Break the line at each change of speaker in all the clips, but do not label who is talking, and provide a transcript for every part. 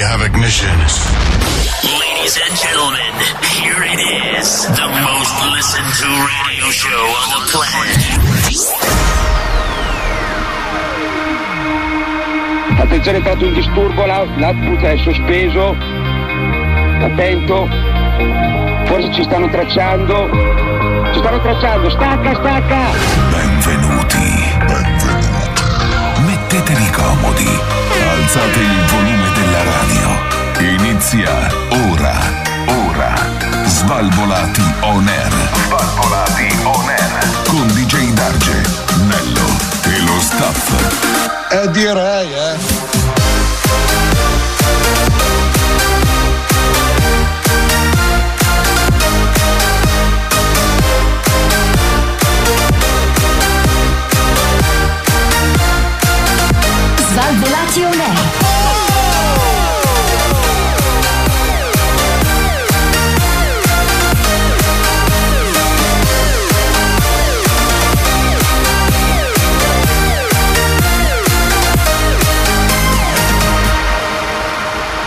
technicians.
Ladies and gentlemen, here it is, the most listened to radio show on the planet.
Attenzione, è stato un disturbo, l'out- l'output è sospeso. Attento. Forse ci stanno tracciando. Ci stanno tracciando. Stacca, stacca!
Benvenuti. Benvenuti. Mettetevi comodi. Alzate il volume della radio. Inizia ora. Ora. Svalvolati on air. Svalvolati on air. Con DJ Darge, Nello e lo staff.
Eh direi, eh.
Svalvolati on air.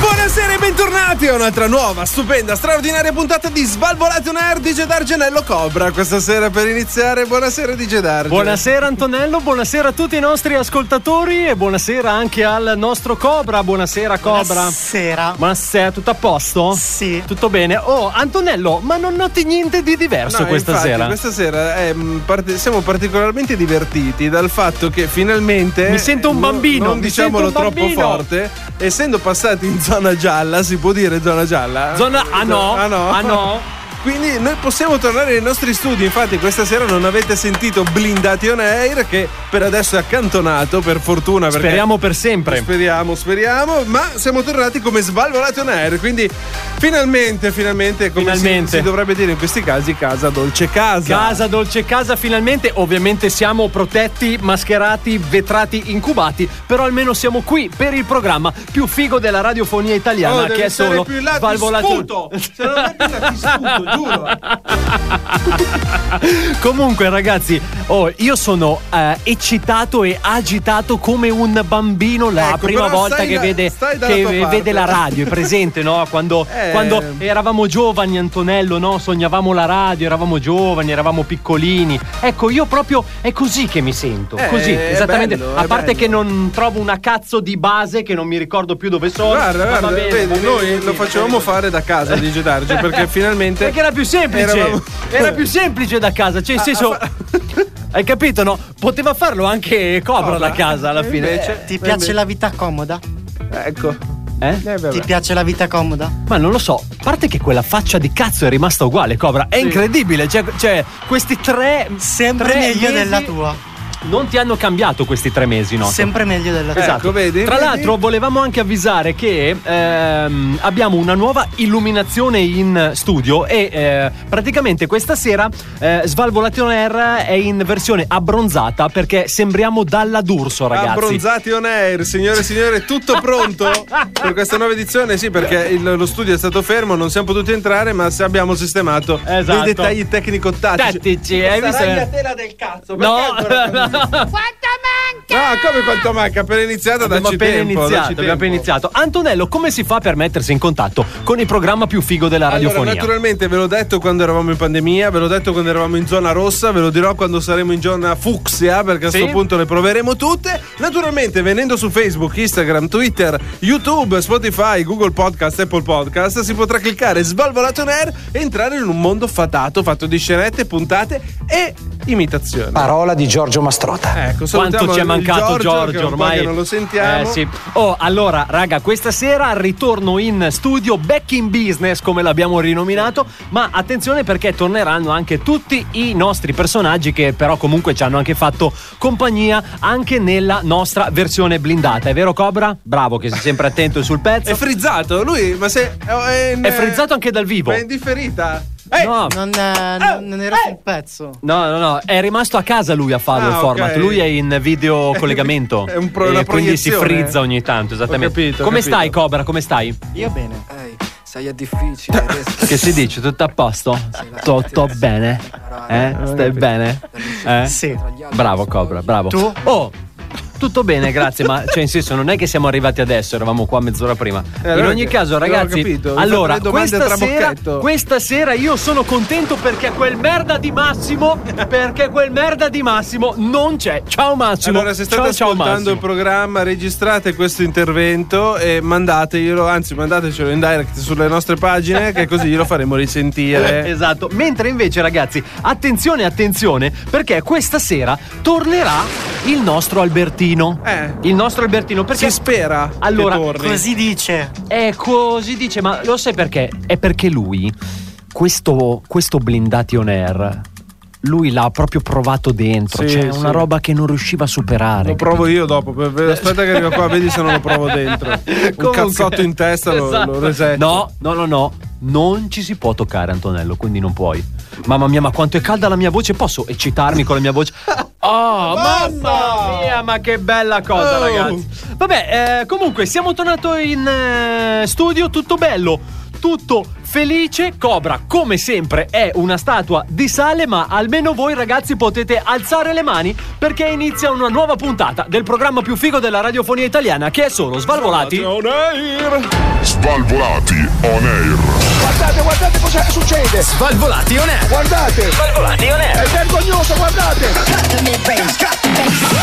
Buonasera e bentornati a un'altra nuova, stupenda, straordinaria puntata di Svalvolati un Air di Gedargenello Cobra. Questa sera per iniziare, buonasera di Gedarge.
Buonasera Antonello, buonasera a tutti i nostri ascoltatori e buonasera anche al nostro Cobra. Buonasera Cobra.
Buonasera.
Buonasera, tutto a posto? Sì. Tutto bene? Oh, Antonello, ma non noti niente di diverso
No,
questa
infatti,
sera?
Questa sera è, mh, parte- siamo particolarmente divertiti dal fatto che finalmente.
Mi sento un
non-
bambino,
Non
mi
diciamolo
sento un
troppo
bambino.
forte. Essendo passati in zona gialla, si può dire zona gialla?
Zona- ah no,
Ah no?
ah no.
Quindi noi possiamo tornare nei nostri studi, infatti questa sera non avete sentito Blindati on Air che per adesso è accantonato per fortuna perché
Speriamo per sempre.
Speriamo, speriamo, ma siamo tornati come Svalvolati on Air, quindi finalmente, finalmente, come si-
Finalmente.
Si, dovrebbe dire in questi casi, casa dolce casa.
Casa Dolce Casa, finalmente, ovviamente siamo protetti, mascherati, vetrati, incubati, però almeno siamo qui per il programma più figo della radiofonia italiana
Oh, devi
che è
stare
solo
più in là, ti
Valvolato-
sputo! Se non è più in là, ti sputo, giuro.
Comunque, ragazzi, oh, io sono eh, eccitato e agitato come un bambino la
Ecco,
prima
però
volta
stai
che,
da-
vede,
stai dalla
che
tua
vede
parte.
la radio. È presente, no? Quando,
Eh.
quando eravamo giovani, Antonello, no? Sognavamo la radio, eravamo giovani, eravamo piccolini. Ecco, io proprio è così che mi sento.
Eh,
così,
è
esattamente.
bello,
A
è
parte
bello.
che non trovo una cazzo di base che non mi ricordo più dove sono.
Guarda,
ma va
guarda,
bene, va
vedi,
bene,
noi
va bene,
lo
va
facevamo
bene.
fare da casa di Gedarge perché finalmente
Perché era più semplice.
Eravamo-
Era più semplice da casa. Cioè, in senso. Hai capito, no? Poteva farlo anche Cobra da casa alla
E
fine.
invece-
Ti piace la vita comoda?
Ecco.
Eh?
Eh, vabbè.
Ti piace la vita comoda?
Ma non lo so, a parte che quella faccia di cazzo è rimasta uguale, Cobra. È incredibile. Cioè, cioè, questi tre.
Sempre
tre
meglio
mesi
della tua.
Non ti hanno cambiato questi tre mesi, no?
Sempre meglio della tua.
Esatto.
Ecco, vedi,
Tra
vedi?
l'altro volevamo anche avvisare che ehm, abbiamo una nuova illuminazione in studio e eh, praticamente questa sera eh, Svalvolation Air è in versione abbronzata perché sembriamo dalla D'Urso, ragazzi.
Abbronzati on air, signore e signore, tutto pronto per questa nuova edizione? Sì, perché il- lo studio è stato fermo, non siamo potuti entrare, ma se abbiamo sistemato
Esatto.
dei dettagli tecnico-tattici.
Tattici, hai visto?
tela del cazzo,
No,
Ah, come quanto manca? Appena iniziata,
abbiamo
dacci
appena
tempo,
iniziato,
dacci
abbiamo appena
tempo.
iniziato. Antonello, come si fa per mettersi in contatto con il programma più figo della
Allora,
radiofonia?
naturalmente ve l'ho detto quando eravamo in pandemia, ve l'ho detto quando eravamo in zona rossa, ve lo dirò quando saremo in zona fucsia, perché a
Sì.
questo punto le proveremo tutte. Naturalmente, venendo su Facebook, Instagram, Twitter, YouTube, Spotify, Google Podcast, Apple Podcast, si potrà cliccare Svalvolato on Air e entrare in un mondo fatato, fatto di scenette, puntate e imitazioni.
Parola di Giorgio Mastrota.
Ecco,
Quanto
salutiamo
ci è
il
mancato
Giorgio,
Giorgio,
che è un po'
ormai.
che non lo sentiamo.
Eh, sì. Oh, allora, raga, questa sera ritorno in studio, back in business, come l'abbiamo rinominato. Ma attenzione perché torneranno anche tutti i nostri personaggi che, però, comunque ci hanno anche fatto compagnia anche nella nostra versione blindata. È vero, Cobra? Bravo, che sei sempre attento e sul pezzo.
È frizzato lui, ma se eh, è, in-
È frizzato anche dal vivo.
Ma è indifferita. Ehi,
No.
Non, eh, non- non era sul pezzo.
No, no, no, è rimasto a casa lui a farlo
Ah,
il format.
ok.
Lui è in video collegamento.
È un pro- una
e quindi si
proiezione.
frizza ogni tanto, esattamente.
Ho capito, ho
Come
capito.
stai, Cobra? Come stai?
Io bene.
sai, è difficile.
Che si dice? Tutto a posto? Tutto bene? Eh? Stai bene? Eh?
Sì.
Bravo, Cobra, bravo.
Tu?
Oh! Tutto bene, grazie, ma cioè, in senso non è che siamo arrivati adesso, eravamo qua mezz'ora prima. in
Eh, allora
ogni
che-
caso,
non ho
ragazzi,
capito, mi
allora,
fate le domande a
questa sera,
trabocchetto.
questa sera io sono contento perché quel merda di Massimo, perché quel merda di Massimo non c'è. Ciao Massimo.
Allora, se state
ciao, ciao,
ascoltando
Massimo.
il programma, registrate questo intervento e mandateglielo, anzi, mandatecelo in direct sulle nostre pagine, che così glielo faremo risentire.
Esatto, mentre invece ragazzi, attenzione, attenzione, perché questa sera tornerà il nostro Albertino.
Eh.
Il nostro Albertino, perché
Si spera
Allora,
che torni.
Così dice.
è così, dice, ma lo sai perché? È perché lui, questo, questo blindati on air, lui l'ha proprio provato dentro,
Sì,
c'è
sì.
una roba che non riusciva a superare.
Lo provo io dopo. per- per- Aspetta, che arrivo qua, vedi se non lo provo dentro. Un
Comunque-
cazzotto in testa lo,
Esatto.
lo resetto.
No, no, no, no. Non ci si può toccare, Antonello, quindi non puoi. Mamma mia, ma quanto è calda la mia voce? Posso eccitarmi con la mia voce? Oh, mamma mia, ma che bella cosa,
Oh.
ragazzi. Vabbè, eh, comunque, siamo tornati in eh, studio, tutto bello. Tutto felice, Cobra come sempre è una statua di sale, ma almeno voi ragazzi potete alzare le mani perché inizia una nuova puntata del programma più figo della radiofonia italiana che è solo Svalvolati
On air.
Svalvolati on air.
Guardate, guardate cosa succede!
Svalvolati on air.
Guardate!
Svalvolati on air.
È vergognoso, guardate!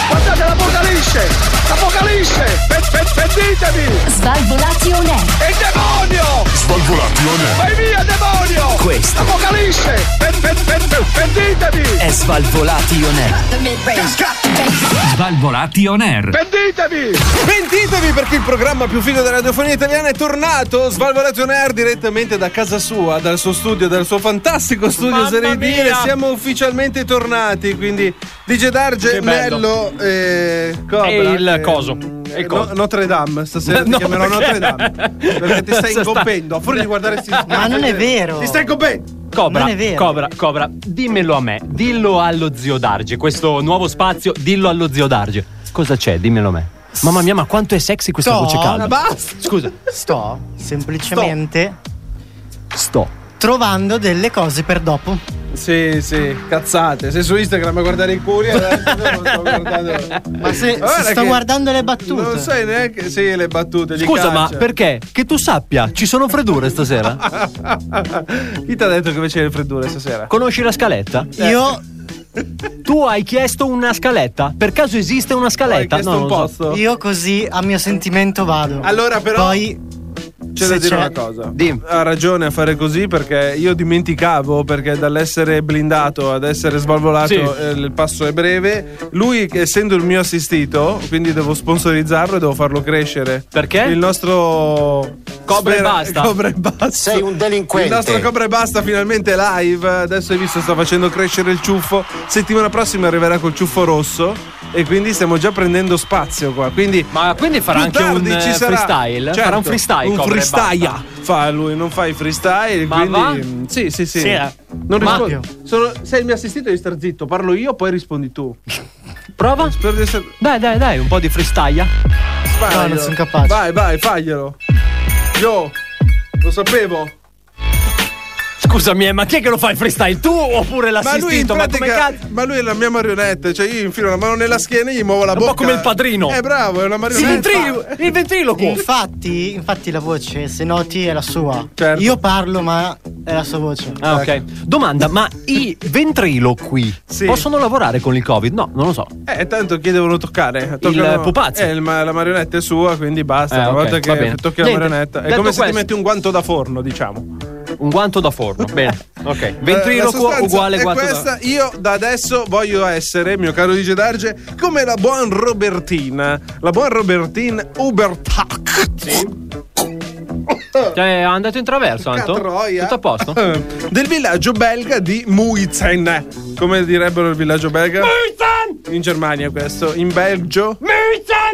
Guardate l'apocalisse! L'apocalisse! Pe- pe- Pentitevi!
Svalvolati on air.
È il demonio!
Svalvolati on air.
Vai via, demonio!
Questo.
Apocalisse! Pe- pe- pe- pe- Pentitevi!
È Svalvolati on air. Svalvolati on air.
Pentitevi!
Pentitevi perché il programma più figo della radiofonia italiana è tornato. Svalvolato on air direttamente da casa sua, dal suo studio, dal suo fantastico studio
Mamma
Serie D. E
mia!
Siamo ufficialmente tornati. Quindi, DJ Darge,
Che bello.
Nello, eh, Cobra,
E il
eh,
coso.
mm,
E il
no-
coso.
Notre Dame. Stasera ti
No,
chiamerò
perché?
Notre Dame perché ti stai
Se sta-
incoppendo. A fuori di guardare questi
Ma non è vero.
Ti stai incoppendo.
Cobra,
Non è vero.
Cobra, Cobra, dimmelo a me, dillo allo zio Darge, questo nuovo spazio, dillo allo zio Darge. Cosa c'è? Dimmelo a me. Mamma mia, ma quanto è sexy questa
Sto-
voce
ma
calda. basta. Scusa,
Sto semplicemente
sto.
trovando delle cose per dopo.
Sì, sì, cazzate. Sei su Instagram a guardare i curi. Ma
Ma se- se sto guardando le battute.
Non sai neanche. Sì, le battute. gli
Scusa, ma
caccia.
perché? Che tu sappia, ci sono freddure stasera?
Chi ti ha detto che invece le freddure stasera? Eh.
Conosci la scaletta?
Io,
Tu hai chiesto una scaletta? Per caso esiste una
Hai
scaletta?
chiesto
No,
un
non lo so.
posto?
io così a mio sentimento vado.
Allora, però-
Poi
C'è
se
da dire
c'è-
una cosa.
Dimmi.
Ha ragione a fare così perché io dimenticavo perché dall'essere blindato ad essere svalvolato
Sì.
eh, il passo è breve. Lui, che essendo il mio assistito, quindi devo sponsorizzarlo e devo farlo crescere.
Perché?
Il nostro
Cobra e basta.
Cobra e basta.
Sei un delinquente.
Il nostro Cobra e basta finalmente è live. Adesso hai visto sta facendo crescere il ciuffo. Settimana prossima arriverà col ciuffo rosso e quindi stiamo già prendendo spazio qua. Quindi
Ma quindi farà
più
anche un
tardi ci
eh,
sarà.
freestyle?
Certo,
farà un freestyle.
un
Cobra, e basta.
freestyle fa lui non fa i freestyle
Ma
quindi
va?
mm, sì sì sì,
Sì, eh.
non
Ma-
rispondo Sono- sei il mio assistito devi star zitto parlo io poi rispondi tu
Prova?
Spero di essere-
Dai, dai, dai, un po' di freestyle.
Faglielo.
No, non sono capace.
vai vai faglielo yo lo sapevo
Scusami, eh, ma chi è che lo fa il freestyle? Tu oppure
ma lui, in
l'assistito? Ma, come
pratica,
cazzo?
ma lui è la mia marionetta cioè io infilo la mano nella schiena e gli muovo la
un po'
bocca
come il padrino.
è bravo è una
Il,
marionetta
ventri- il ventriloquo!
infatti, infatti la voce, se noti, è la sua.
Certo.
Io parlo, ma è la sua voce.
Ah, ok. Domanda, ma i ventriloqui
Sì.
possono lavorare con il Covid? No, non lo so.
Eh, tanto chi devono toccare?
pupazzo.
Eh, il ma- la marionetta è sua, quindi basta.
Eh,
Una
ok,
volta
va
che
bene.
tocchi la
Niente,
marionetta. È
detto
come se ti
questo-
metti un guanto da forno, diciamo.
Un guanto da forno. Bene, ok.
Eh, la
Ventriloquo
sostanza
uguale
è
guanto
questa.
da
Io da adesso voglio essere, mio caro Dice Darge, come la buon Robertina. La buon Robertin Ubertac.
Cioè, è andato in traverso, Anto?
Catroia.
Tutto a posto?
Del villaggio belga di Muizen. Come direbbero il villaggio belga? In Germania questo, in Belgio.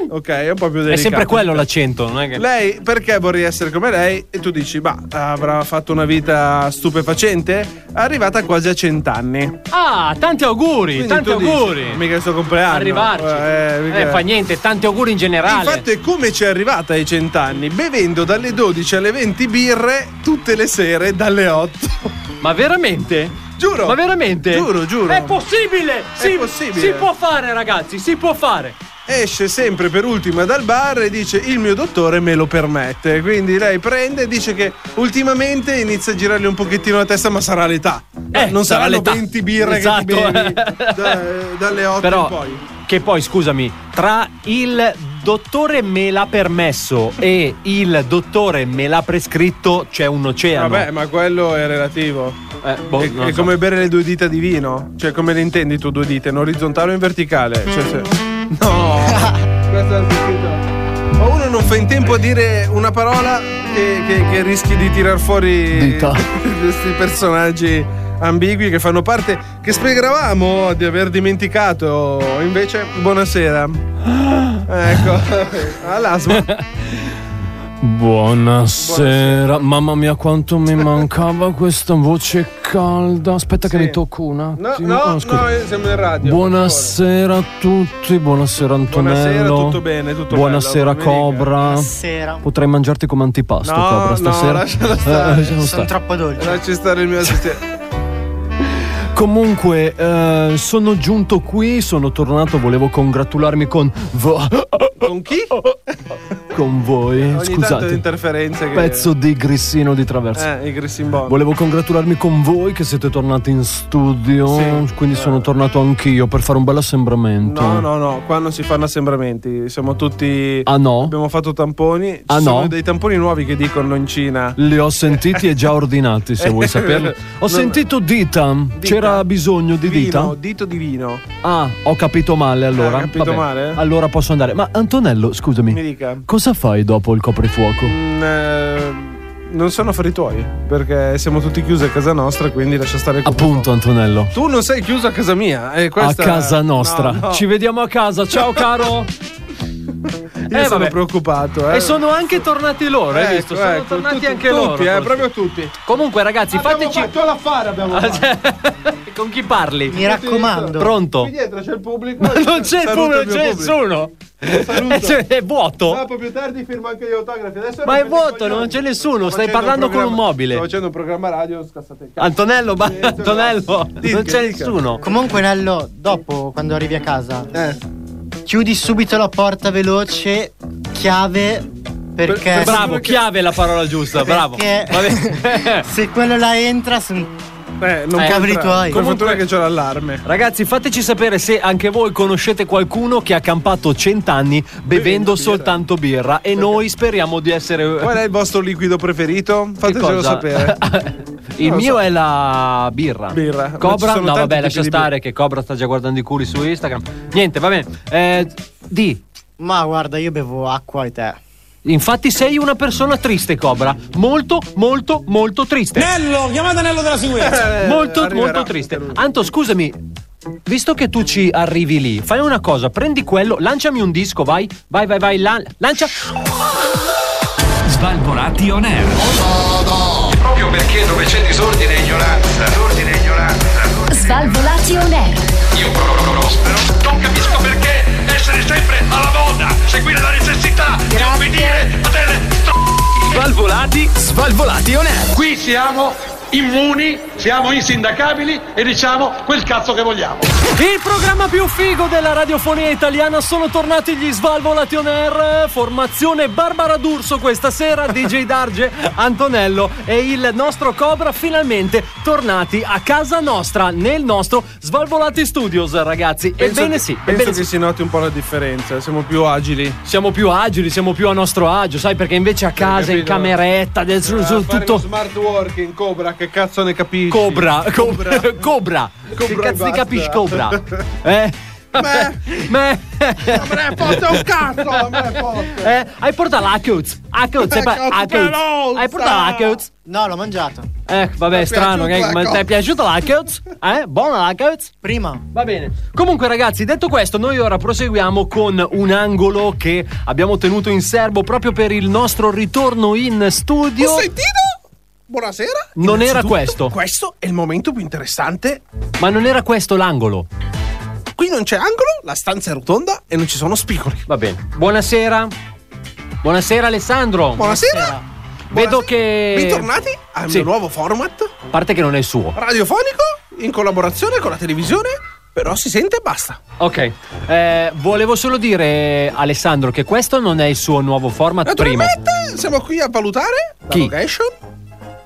Ok, è un po' più delicato.
È sempre quello l'accento, non è che...
Lei perché vorrei essere come lei? E tu dici, ma avrà fatto una vita stupefacente? Arrivata quasi a cent'anni.
Ah, tanti auguri,
Quindi
tanti
tu dici,
auguri.
mica il suo compleanno.
Arrivarci.
Eh,
Eh,
mica-
fa niente, tanti auguri in generale.
Infatti è come ci è arrivata ai cent'anni, bevendo dalle 12 alle 20 birre tutte le sere dalle 8.
Ma veramente?
Giuro.
Ma veramente?
Giuro, giuro.
È possibile!
È
si,
possibile.
Si può fare, ragazzi, si può fare.
esce sempre per ultima dal bar e dice il mio dottore me lo permette. Quindi lei prende e dice che ultimamente inizia a girargli un pochettino la testa, ma sarà l'età.
Eh,
non
sarà
saranno
l'età.
20 birre
Esatto.
che ti bevi da- eh, dalle 8
Però,
in poi.
che poi scusami, tra il dottore me l'ha permesso e il dottore me l'ha prescritto c'è un oceano.
Vabbè, ma quello è relativo.
Eh, boh,
è
non
è
so.
come bere le due dita di vino. Cioè, come le intendi tu due dita? In orizzontale o in
Mm.
verticale? Cioè, se- No! Questo è un schifo. Ma uno non fa in tempo a dire una parola che, che- che rischi di tirar fuori questi personaggi ambigui che fanno parte, che spiegavamo di aver dimenticato. Invece, buonasera. Ecco, all'asma.
Buonasera. mamma mia quanto mi mancava questa voce calda. Aspetta
Sì.
che ne tocco una.
No,
Sì,
no,
oh, scusa.
no, siamo in radio. per favore.
Buonasera a tutti, buonasera Antonello.
Buonasera, tutto bene, tutto
Buonasera
bello, come dica.
Cobra.
Sera.
Potrei mangiarti come antipasto,
No,
Cobra,
no,
stasera.
lasciala
Eh,
stare.
lasciala
Sono
stare.
troppo dolce.
Lasci stare il mio assistente.
Comunque, eh, sono giunto qui, sono tornato, volevo congratularmi con, vo-
Con chi?
con voi.
Ogni tanto le
Scusate,
interferenze che...
pezzo di grissino di traversa.
Eh, i Grissimbon.
Volevo congratularmi con voi che siete tornati in studio,
Sì.
quindi
Eh.
sono tornato anch'io per fare un bel assembramento.
No, no, no, qua non si fanno assembramenti, siamo tutti...
Ah no?
Abbiamo fatto tamponi. Ci
Ah,
sono
no?
dei tamponi nuovi che dicono in Cina.
Li ho sentiti e già ordinati, se vuoi saperli.
No,
Ho sentito dita. C'era bisogno di dita?
Vino, dito di vino.
Ah, ho capito male allora.
Ah, capito
Vabbè,
male?
Allora posso andare. Ma Antonello, scusami.
Mi dica.
Cosa fai dopo il coprifuoco?
Mm, eh, non sono affari tuoi, perché siamo tutti chiusi a casa nostra, quindi lascia stare il
Appunto, Antonello.
Tu non sei chiuso a casa mia. eh, questa-
A casa nostra.
No, no.
Ci vediamo a casa. Ciao, caro.
Io
Eh,
sono
vabbè.
preoccupato. eh.
E sono anche tornati loro, hai
Ecco,
visto? Sono
ecco,
tornati
tutti-
anche loro.
Tutti, eh,
forse.
proprio tutti.
Comunque, ragazzi, fateci.
Abbiamo fatto l'affare,
Ah,
abbiamo fatto.
certo. Con chi parli?
Mi raccomando.
Pronto?
Qui dietro c'è il pubblico.
Non c'è il
Saluto
pubblico, non
mio
c'è
pubblico.
nessuno.
saluto.
Eh, cioè, È vuoto.
Ah, poi più tardi firmo anche gli autografi. Adesso
Ma è
rompete i
vuoto,
coglioni.
non c'è nessuno,
Sto
stai
facendo
parlando
un
con un
programma-
mobile.
Sto facendo un programma radio, scassate il cazzo.
Antonello, ma
Niente,
Antonello,
no.
non c'è
Dica, dica.
nessuno.
Comunque, Nello, dopo, quando arrivi a casa,
Eh,
chiudi subito la porta veloce, chiave, perché.
per-
Bravo, chiave è la parola giusta, bravo.
Perché-
Va bene.
Se quello là entra, son- Eh,
eh, non può
cavoli
entrare.
tuoi.
Per fortuna
Comunque-
che c'è l'allarme.
Ragazzi, fateci sapere se anche voi conoscete qualcuno che ha campato cent'anni bevendo,
birra.
soltanto birra e noi speriamo di essere
Qual è il vostro liquido preferito?
Che
Fatecelo
cosa?
sapere.
Il
Non lo
mio
so.
è la birra.
Birra. Ma ci
Cobra?
sono
No,
tanti
vabbè,
tipi
lascia
di
stare che Cobra sta già guardando i culi su Instagram. Niente, va bene. Eh, di.
Ma guarda, io bevo acqua e tè.
Infatti sei una persona triste, Cobra. Molto, molto, molto triste.
Eh,
molto,
arriverà
molto triste.
anche lui.
Anto, scusami. Visto che tu ci arrivi lì, fai una cosa, prendi quello, lanciami un disco, vai, vai, vai, vai, lan- lancia.
Svalvolati on air.
Proprio perché dove c'è disordine e ignoranza, disordine e ignoranza,
Svalvolati on air.
io prospero. Non capisco perché essere sempre alla moda, seguire la necessità di obbedire a delle
Svalvolati, svalvolati on air.
Qui siamo immuni, siamo insindacabili e diciamo quel cazzo che vogliamo.
Il programma più figo della radiofonia italiana sono tornati gli Svalvolati On Air, formazione Barbara D'Urso questa sera, DJ Darge, Antonello e il nostro Cobra finalmente tornati a casa nostra nel nostro Svalvolati Studios ragazzi.
Penso
ebbene
che-
sì,
Penso
ebbene
che
sì.
si noti un po' la differenza. Siamo più agili.
Siamo più agili, siamo più a nostro agio, sai perché invece a casa, in
capito?
cameretta, del- su-
Ah,
Eh,
su-
fare lo
tutto...
smart working, Cobra, che cazzo ne capisci?
Cobra, cobra, cobra. Che
Cobra e
cazzo ne
basta.
capisci cobra? Eh?
Beh.
Beh.
me ne fotte un cazzo, me ne fotte.
Eh, hai portato la Coats. A Coats, hai pa-
Cazzo,
a
che
Coats.
non
Hai portato la
sa.
Coats?
No, l'ho mangiato.
Eh, vabbè, strano,
piaciuta
eh,
la
ma ti è
Coats?
piaciuta la Coats? Eh, buona la Coats?
Prima.
Va bene. Comunque, ragazzi, detto questo, noi ora proseguiamo con un angolo che abbiamo tenuto in serbo proprio per il nostro ritorno in studio.
Buonasera.
Non era
Innanzitutto,
questo.
Questo è il momento più interessante.
Ma non era questo l'angolo.
Qui non c'è angolo, la stanza è rotonda e non ci sono spigoli.
Va bene. Buonasera. Buonasera Alessandro.
Buonasera.
Vedo
Buonasera.
che
Bentornati al
Sì.
mio nuovo format
A parte che non è il suo.
radiofonico in collaborazione con la televisione per
però si sente e basta.
Ok, eh, volevo solo dire, Alessandro, che questo non è il suo nuovo format. Primo,
Naturalmente siamo qui a valutare la
Chi?
location,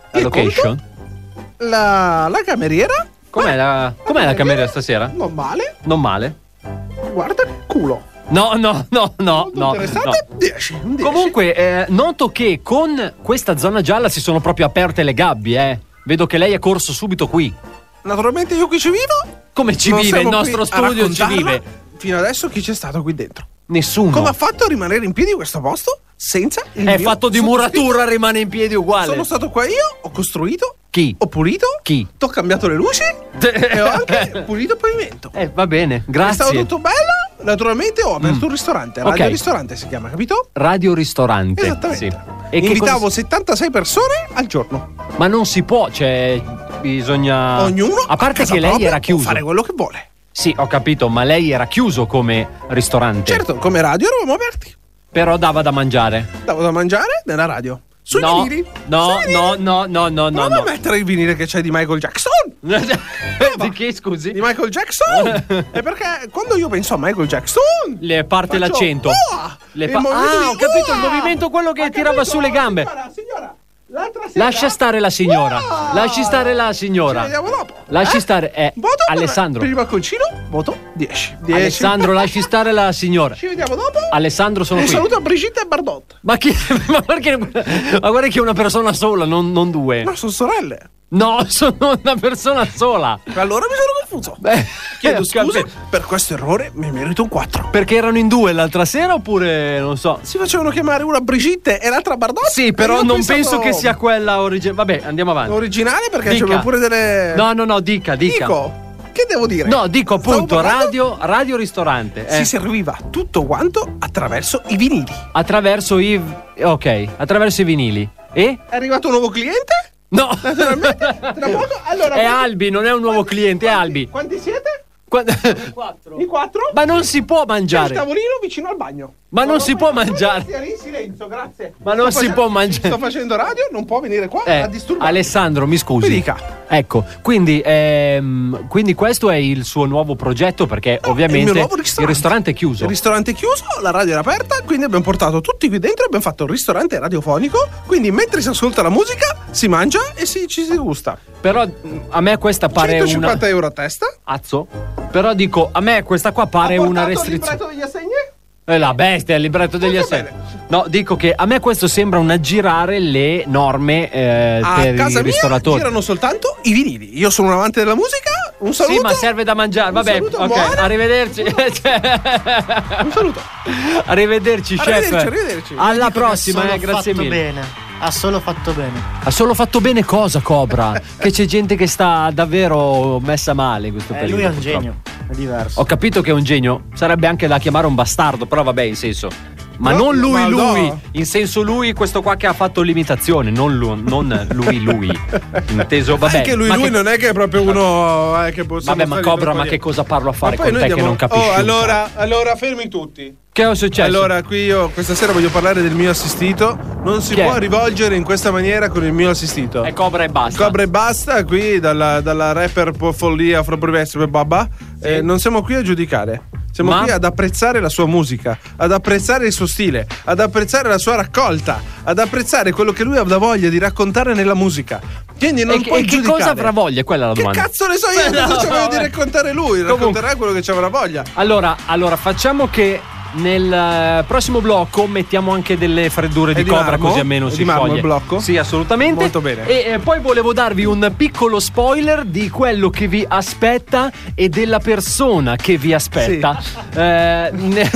la
il
location.
conto, la, la cameriera.
Com'è la, com'è la cameriera stasera?
Non male,
Non male.
guarda che culo.
No, no, no, no,
Molto
no.
interessante,
no.
10. un 10.
Comunque, eh, noto che con questa zona gialla si sono proprio aperte le gabbie, eh. Vedo che lei è corso subito qui.
naturalmente io qui ci vivo.
Come ci
Non
vive il
siamo
nostro
qui a
studio? Ci
raccontarla.
vive
Fino adesso chi c'è stato qui dentro?
nessuno.
Come ha fatto a rimanere in piedi questo posto senza il
è
mio
fatto di
sottoscritto?
muratura, rimane in piedi uguale.
Sono stato qua io, ho costruito,
Chi?
ho pulito,
Chi?
ho cambiato le luci e ho anche pulito il pavimento.
Eh, va bene,
È stato
grazie. Mm.
tutto bello. Naturalmente ho aperto un ristorante, Radio
Ok.
Ristorante si chiama, capito?
Radio ristorante.
Esattamente.
sì. E che
Invitavo
cosa-
76 persone al giorno.
Ma non si può, cioè bisogna
Ognuno
Ah. A parte
casa
che lei
propria,
era
può
chiuso.
fare quello che vuole.
Sì, ho capito, ma lei era chiuso come ristorante.
Certo, come radio eravamo aperti.
Però dava da mangiare.
Davo da mangiare nella radio. Sui
no,
vinili.
no,
Sui
no,
vinili.
no, no, no, no,
Non
no.
a mettere il vinile che c'è di Michael Jackson.
Di chi, scusi?
Di Michael Jackson? è perché quando io penso a Michael Jackson.
Le parte
faccio,
l'accento.
"Uah!"
Le
Il
fa-
movimento
ah,
di
ho capito il
"Uah!"
movimento quello che
Ha
tirava
capito?
su le gambe.
Signora, signora, l'altra sera-
Lascia stare la signora.
"Uah!"
Lasci stare la signora.
Ci vediamo dopo.
Lasci
eh?
stare eh,
Voto per-
Alessandro.
Per il balconcino, voto 10. 10.
Alessandro, lasci stare la signora.
Ci vediamo dopo.
Alessandro, sono
Un
qui.
saluto a Brigitte Bardot.
Ma chi? Ma perché? Ma guarda che è una persona sola, non, non due.
No, sono sorelle.
No, sono una persona sola.
Allora mi sono confuso.
Beh,
Chiedo
ho
scusa
capito.
per questo errore, mi merito un 4.
Perché erano in due l'altra sera oppure non so.
Si facevano chiamare una Brigitte e l'altra Bardot? Eh,
Sì,
Io
però
ho
non
pensato-
penso che sia quella originale. Vabbè, andiamo avanti.
Originale perché
Dica.
c'erano pure delle.
Ah, No, no, no, dica, dica.
Dico, che devo dire?
No, dico
Stavo
appunto
parlando-
radio, radio ristorante. eh.
Si serviva tutto quanto attraverso i vinili.
Attraverso i Ok, attraverso i vinili. E?
È arrivato un nuovo cliente?
No.
Naturalmente. Tra poco. Allora.
è
quanti-
Albi, non è un nuovo cliente, è Albi.
Quanti siete?
Qua-
I quattro?
Ma non si può
C'è il
mangiare.
tavolino vicino al bagno.
Ma non si può mangiare.
Stia lì in silenzio, grazie.
Ma non
Sto
si
facendo-
può mangiare.
Sto facendo radio, non può venire qua
Eh,
a disturbare.
Alessandro, mi scusi.
Mi dica.
Ecco, quindi, ehm, quindi questo è il suo nuovo progetto perché
No, è il
ovviamente
mio nuovo
il ristorante è chiuso.
Il ristorante è chiuso, la radio era aperta, quindi abbiamo portato tutti qui dentro e abbiamo fatto un ristorante radiofonico. Quindi mentre si ascolta la musica, si mangia e si, ci si gusta.
Però mh, a me questa pare
150
una...
euro a testa.
Azzo? Però dico, a me questa qua pare
Ha
una
portato il
restrizione.
libretto degli assegni?
Eh, la bestia, il libretto degli
Molto
assegni.
bene.
No, dico che a me questo sembra un aggirare le norme eh,
A
per
casa
i
mia
ristoratori.
girano soltanto i vinili. Io sono un amante della musica. Un saluto.
Sì, ma serve da mangiare.
Un
Vabbè,
saluto,
ok,
buona.
arrivederci.
Un saluto.
Arrivederci, chef. Ah,
Arrivederci, arrivederci.
Alla
Dico che ha
prossima,
solo
eh, grazie
fatto
mille.
Bene. Ha solo fatto bene.
Ha solo fatto bene cosa Cobra? che c'è gente che sta davvero messa male in questo
Eh,
periodo.
lui è un
purtroppo.
genio. È diverso.
Ho capito che è un genio, sarebbe anche da chiamare un bastardo, però vabbè, in senso. Ma
No,
non lui,
ma no.
lui, in senso lui, questo qua che ha fatto l'imitazione, non lui, non lui, lui. Inteso, vabbè.
Anche lui,
eh, ma
lui
che-
non è che è proprio uno eh, che possiamo
Vabbè, ma
stare
Cobra,
dietro
ma
qua
che
dietro.
cosa parlo a
Ma
fare
poi
con
noi
te che
abbiamo-
non capisci?
Oh,
un
allora, allora fermi tutti.
cazzo? Che è successo?
Allora, qui io questa sera voglio parlare del mio assistito. Non si
Chi è? Ecco,
può rivolgere in questa maniera con il mio assistito.
È Cobra e basta.
Cobra e basta, qui dalla, dalla rapper po- follia Afro Progressive Babba. Eh, non siamo qui a giudicare. Siamo
Ma?
qui ad apprezzare la sua musica, ad apprezzare il suo stile, ad apprezzare la sua raccolta, ad apprezzare quello che lui ha la voglia di raccontare nella musica. Quindi non
E che-
puoi
e che
giudicare.
cosa avrà voglia? Quella è la
che
domanda.
cazzo ne so io?
Beh, no,
cosa c'aveva
vabbè.
di raccontare lui?
Comunque.
Racconterà quello che c'avrà voglia.
Allora, allora, facciamo che nel eh, prossimo blocco mettiamo anche delle freddure
È
di,
di
cobra
marmo?
così almeno
È
si
di marmo
scioglie.
il blocco?
Sì, assolutamente.
Molto bene.
E eh, poi volevo darvi un piccolo spoiler di quello che vi aspetta e della persona che vi aspetta eh, ne-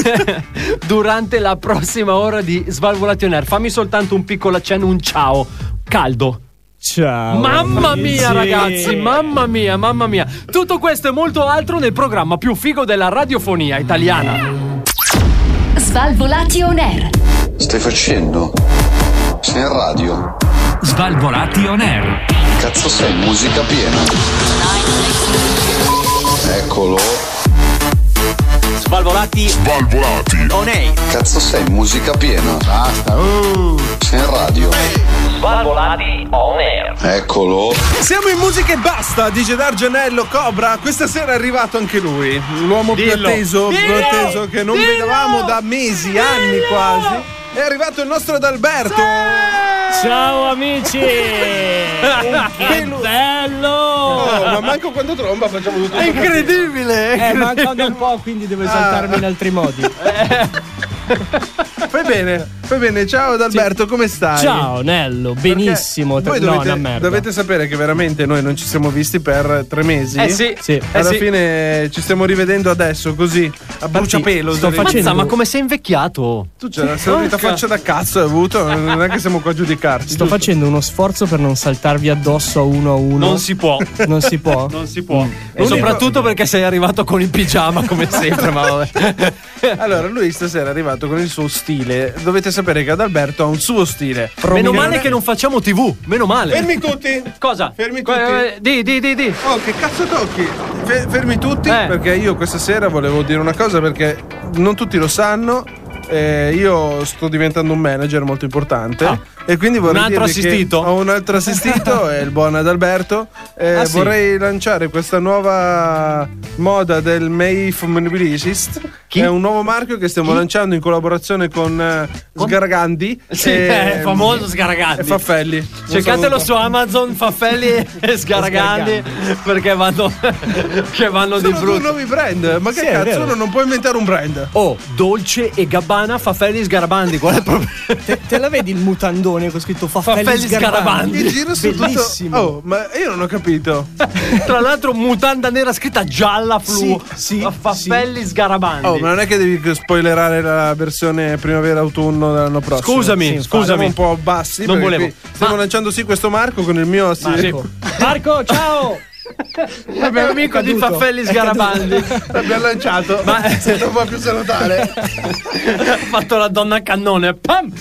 durante la prossima ora di Svalvolation Air. Fammi soltanto un piccolo accenno, un ciao caldo.
Ciao.
Mamma mia,
amici.
ragazzi, mamma mia, mamma mia. Tutto questo e molto altro nel programma più figo della radiofonia italiana.
Svalvolati on air.
Stai facendo? Sei in radio?
Svalvolati on air.
Cazzo sei, musica piena. Eccolo.
Svalvolati
Svalvolati
on air.
Cazzo sei, musica piena. Basta. Sei in radio?
Svalvolati on air.
Eccolo.
Siamo in musica e basta, dice Dargianello Cobra. Questa sera è arrivato anche lui, l'uomo più
Dillo.
atteso, più
Dillo.
atteso che non
Dillo.
vedevamo da mesi, anni quasi. È arrivato il nostro Adalberto.
Ciao amici! che bello!
Oh, ma manco quando tromba facciamo tutto. Ah,
È
incredibile!
Eh, mancano un po', quindi devo esaltarmi in altri modi.
Fai bene, fai bene. Ciao Adalberto, come stai?
Ciao Nello, benissimo.
Voi
No,
dovete,
una merda.
dovete sapere che veramente noi non ci siamo visti per tre mesi.
Eh sì. Sì. Eh
Alla
sì.
fine ci stiamo rivedendo adesso, così a bruciapelo.
Sto
direi.
facendo. ma come sei invecchiato?
Tu c'è la solita
Porca.
faccia da cazzo hai avuto, non è che siamo qua a giudicarci.
Sto
giusto?
facendo uno sforzo per non saltarvi addosso a uno a uno.
Non si può.
Non si può. Mm.
Non si può.
E
soprattutto perché sei arrivato con il pigiama come sempre, ma vabbè.
Allora, lui stasera è arrivato con il suo stile. Dovete sapere che Adalberto ha un suo stile.
Meno male che non facciamo TV, meno male.
Fermi tutti!
Cosa?
Fermi
Que-
tutti.
Eh, Di, di, di, di.
Oh, che cazzo tocchi? Fe- fermi tutti,
Eh.
perché io questa sera volevo dire una cosa perché non tutti lo sanno. eh, io sto diventando un manager molto importante
Ah.
e quindi vorrei
Un altro
dirvi che
assistito?
ho un altro assistito è il buon Adalberto e
Ah, sì?
vorrei lanciare questa nuova moda del May Fumibilicist è un nuovo marchio che stiamo lanciando in collaborazione con eh, Sgaragandi
Sì, eh,
e-
è famoso Sgaragandi.
e Faffelli Un
Cercatelo
saluto.
su Amazon, Faffelli e Sgaragandi perché vanno, che vanno di
sono due
brutto.
nuovi brand ma che
Sì, è
cazzo
vero.
uno non può inventare un brand
Oh, Dolce e Gabbana, Faffelli e Sgarabandi. Qual è il problema?
Te, te la vedi il mutandone con scritto Faffelli,
Faffelli
Sgarabandi?
In giro su
Bellissimo.
tutto. Oh, ma io non ho capito.
Tra l'altro, mutanda nera scritta gialla fluo.
Sì, sì,
Faffelli Sgarabandi.
Oh, ma non è che devi spoilerare la versione primavera-autunno dell'anno prossimo.
Scusami,
Sì,
scusami.
siamo un po' bassi.
Non
perché
volevo.
qui Stiamo
Ma-
lanciando sì questo Marco con il mio
Marco. Marco, ciao!
è un amico di
caduto.
Faffelli Sgarabandi.
L'abbiamo lanciato. Ma non può più salutare.
ha fatto la donna cannone. Pam!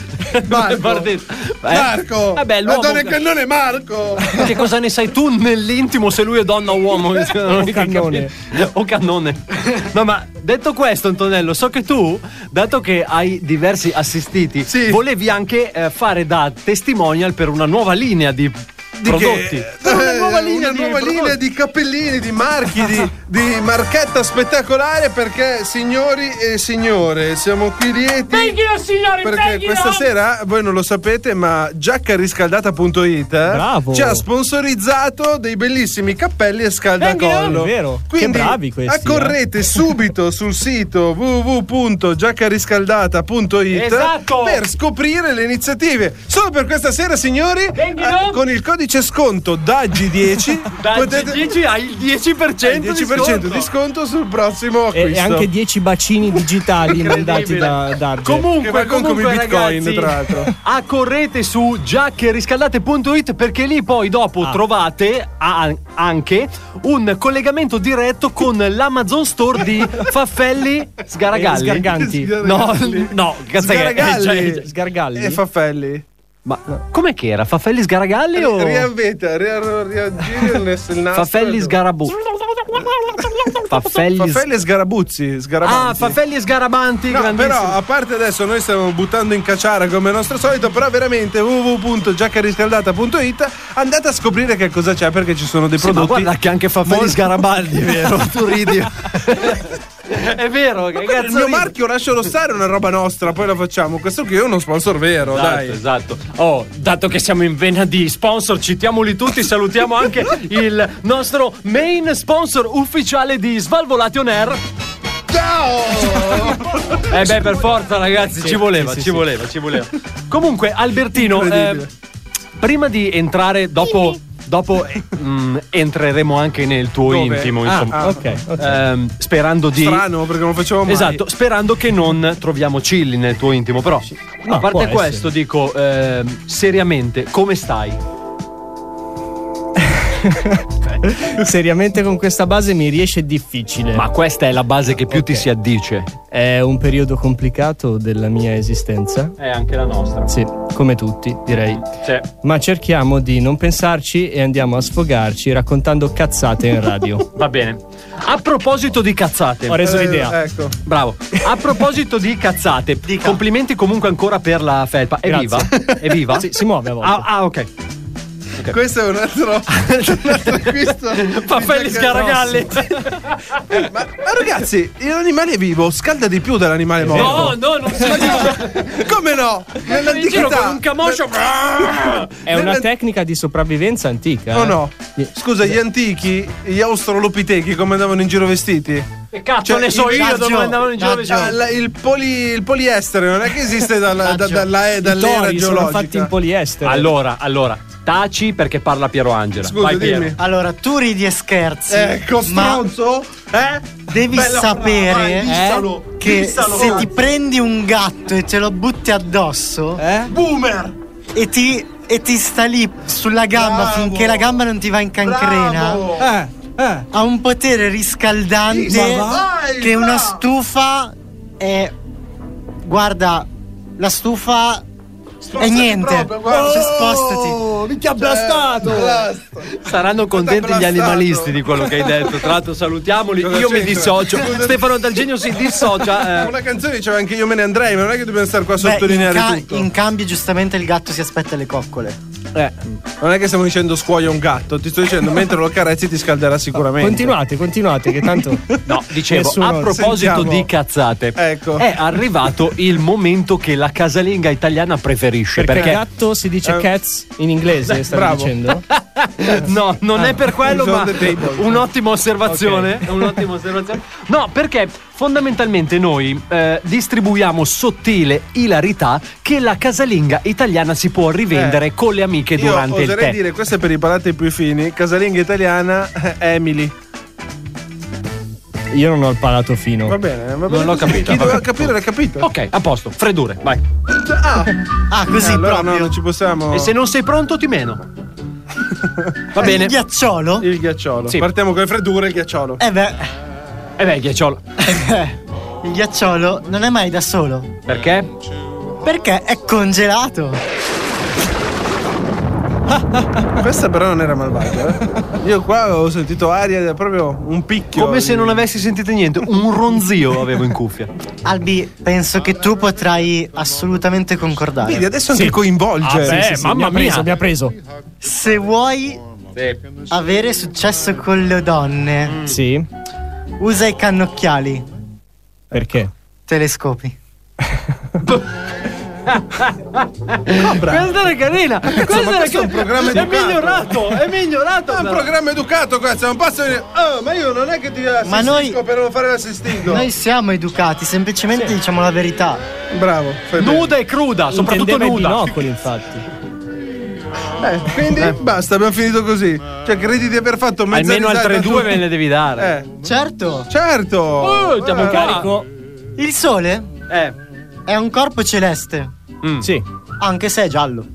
Marco.
È partito. Eh,
Marco!
Vabbè, l'uomo.
Madonna, il cannone Marco!
Che cosa ne sai tu nell'intimo se lui è donna o uomo? Non
O cannone.
capisco. O cannone. No, ma detto questo, Antonello, so che tu, dato che hai diversi assistiti,
Sì.
volevi anche eh, fare da testimonial per una nuova linea di,
Di che-
prodotti.
eh,
Una nuova linea,
una
di,
nuova linea
prodotti.
di cappellini, di marchi, di, di marchetta spettacolare perché signori e signore siamo qui lieti
Venghilo, signori,
Perché questa sera, voi non lo sapete, ma giaccariscaldata.it
Bravo.
eh, ci ha sponsorizzato dei bellissimi cappelli e
Venghilo,
scaldacollo.
Eh, è vero. Che
Quindi
bravi questi, eh.
Accorrete subito sul sito www.giaccariscaldata.it
Esatto.
per scoprire le iniziative. Solo per questa sera, signori,
Venghilo.
eh, con il codice sconto DAGI10
Da
potete
10 hai il 10%,
il 10% di sconto sul prossimo
E,
acquisto.
e anche 10 bacini digitali mandati
Incredibile.
da Darge.
Che
Comunque,
va con
comunque
come Bitcoin,
ragazzi,
tra l'altro.
Ah, correte su giaccheriscaldate.it perché lì poi dopo trovate a- anche un collegamento diretto con l'Amazon Store di Faffelli Sgaragalli.
E Sgarganti.
Eh, No, no, cazzo che-
Sgaragalli.
cioè,
Sgargalli?
E Faffelli.
Ma com'è che era? Faffelli Sgaragalli o
Riavveta, ria- riaggiri il nas- il nastro.
Faffelli Sgarabu? Faffelli,
Faffelli e Sgarabuzzi.
Ah,
Sgarabanti.
Faffelli Sgarabanti,
No,
grandissimo.
però a parte adesso noi stiamo buttando in cacciara come nostro solito, però veramente www.giaccariscaldata.it andate a scoprire che cosa c'è perché ci sono dei
Sì, ma
prodotti.
guarda che anche Faffelli
molto-
Sgarabaldi, è vero? tu ridi. è vero, che
Guarda,
cazzo
il mio
ridi?
marchio lascialo stare è una roba nostra, poi la facciamo. Questo qui è uno sponsor vero,
Esatto,
dai.
esatto. Oh, dato che siamo in vena di sponsor, citiamoli tutti, salutiamo anche il nostro main sponsor ufficiale di Svalvolation Air. Ciao! eh beh, per forza ragazzi, ci voleva, ci voleva, ci voleva. Comunque, Albertino,
Incredibile.
eh, prima di entrare dopo... Dopo eh, mm, entreremo anche nel tuo
Dove?
intimo,
Ah,
insomma.
ah,
ok, ok.
Ehm, sperando di
Strano perché non lo facevamo mai.
Esatto, sperando che non troviamo chilli nel tuo intimo, però
No, può
a parte
essere.
questo dico ehm, seriamente, come stai?
Seriamente con questa base mi riesce difficile.
Ma questa è la base che più ti si addice.
È un periodo complicato della mia esistenza.
È anche la nostra.
Sì, come tutti, direi.
Sì.
Ma cerchiamo di non pensarci e andiamo a sfogarci raccontando cazzate in radio.
Va bene. A proposito di cazzate.
Ho reso
Eh,
l'idea.
Ecco.
Bravo. A proposito di cazzate, complimenti comunque ancora per la felpa. È
Grazie.
viva? È viva?
Sì, si muove a volte.
Ah, ah, ok.
Questo è un altro, un altro acquisto.
Paffelli
Di Giancarlo
Scaragalli.
Rossi. Eh, ma, ma ragazzi, l'animale vivo scalda di più dell'animale morto.
No, no, non si
Come no?
in giro con
Nell'antichità.
un camoscio.
È una
Nella-
tecnica di sopravvivenza antica.
No,
eh.
no. Scusa, gli antichi, gli australopitechi, come andavano in giro vestiti?
Che cazzo ne so io dove andavano in giro le
cioè,
Ah, la- il, poli- il poliestere non è che esiste dalla, da-
Maggio.
dalla- eh,
I
dall'era
tori sono
geologica.
fatti in poliestere.
Allora, allora, taci perché parla Piero Angela.
Scusa,
Vai
dimmi.
Piero.
Allora, tu ridi e scherzi.
Ecco,
ma
stronzo. Eh?
devi
Bella frase,
sapere
vai, dissalo,
eh, che
dissalo,
se
vai.
ti prendi un gatto e ce lo butti addosso
Eh?
Boomer!
e, ti, e ti sta lì sulla gamba
Bravo.
finché la gamba non ti va in cancrena,
Bravo.
Eh, eh.
ha un potere riscaldante
Sì, ma vai,
che
va.
una stufa è... Guarda, la stufa è
Spostati
niente.
proprio, guarda. Oh.
Cioè, spostati.
minchia
Cioè, Blastato.
Saranno contenti gli
blastando.
animalisti di quello che hai detto. Tra l'altro salutiamoli.
Cosa
Io mi
c'entra?
dissocio. Stefano Dal Genio si dissocia. eh.
Una canzone diceva anche io me ne andrei, ma non è che dobbiamo stare qua a
Beh,
sottolineare
in ca-
tutto.
in cambio, giustamente, il gatto si aspetta le coccole.
Non è che stiamo dicendo scuoia un gatto, ti sto dicendo mentre lo carezzi ti scalderà sicuramente.
Continuate, continuate, che tanto.
No, dicevo,
Nessuno-
a proposito
sentiamo.
di cazzate,
Ecco.
è arrivato il momento che la casalinga italiana preferisce.
Perché,
Perché,
gatto si dice
Eh.
cats in inglese, stavi
bravo.
dicendo?
eh, no, non è per quello,
It's on
ma
Ah, the table.
un'ottima osservazione. Un'ottima osservazione. No, perché fondamentalmente noi eh, distribuiamo sottile ilarità che la casalinga italiana si può rivendere
Eh.
con le amiche
Io
durante il
oserei
tè.
dire, questo è per i palati più fini, casalinga italiana, eh, Emily.
Io non ho il palato fino.
Va bene, va bene.
l'ho
così.
capita,
Chi
va
doveva
bene. Oh,
capire l'ha capito.
Ok, a posto, freddure, vai.
Ah,
Ah, così
allora no,
proprio.
non ci possiamo...
E se non sei pronto, ti meno. Va bene.
Il
Eh,
ghiacciolo?
Il ghiacciolo.
Sì.
Partiamo con le freddure e il ghiacciolo.
Eh beh,
Eh beh, ghiacciolo.
il ghiacciolo non è mai da solo.
Perché?
Perché è congelato.
Questa però non era malvagia. eh. Io qua ho sentito aria, proprio un picchio.
Come se non avessi sentito niente, un ronzio avevo in cuffia.
Albi, penso che tu potrai assolutamente
Vedi,
concordare.
adesso anche coinvolge.
Ah, beh,
Sì, sì, sì.
mamma
mi ha preso,
mia.
mi ha preso.
Se vuoi avere successo con le donne,
Sì,
usa i cannocchiali.
perché?
Telescopi.
Questa era carina.
ma
Questa era
questo è un
carina.
programma
È
educato.
migliorato, è migliorato.
È un
però.
programma educato questo, non posso dire. Oh, ma io non è che ti assistisco
noi-
per non fare l'assistito.
Noi siamo educati, semplicemente diciamo la verità.
Bravo, fai bene.
Nuda e
Ah,
cruda, soprattutto
Intendeva i
nuda.
binocoli, infatti.
Eh, quindi basta, abbiamo finito così. Cioè, credi di aver fatto mezza
Almeno
risata
altre
tu-
due me ne devi dare.
Eh,
Certo,
certo.
Oh, siamo
Eh,
qua.
Carico?
il sole
Eh.
è un corpo celeste,
Mm.
Sì.
anche se è giallo.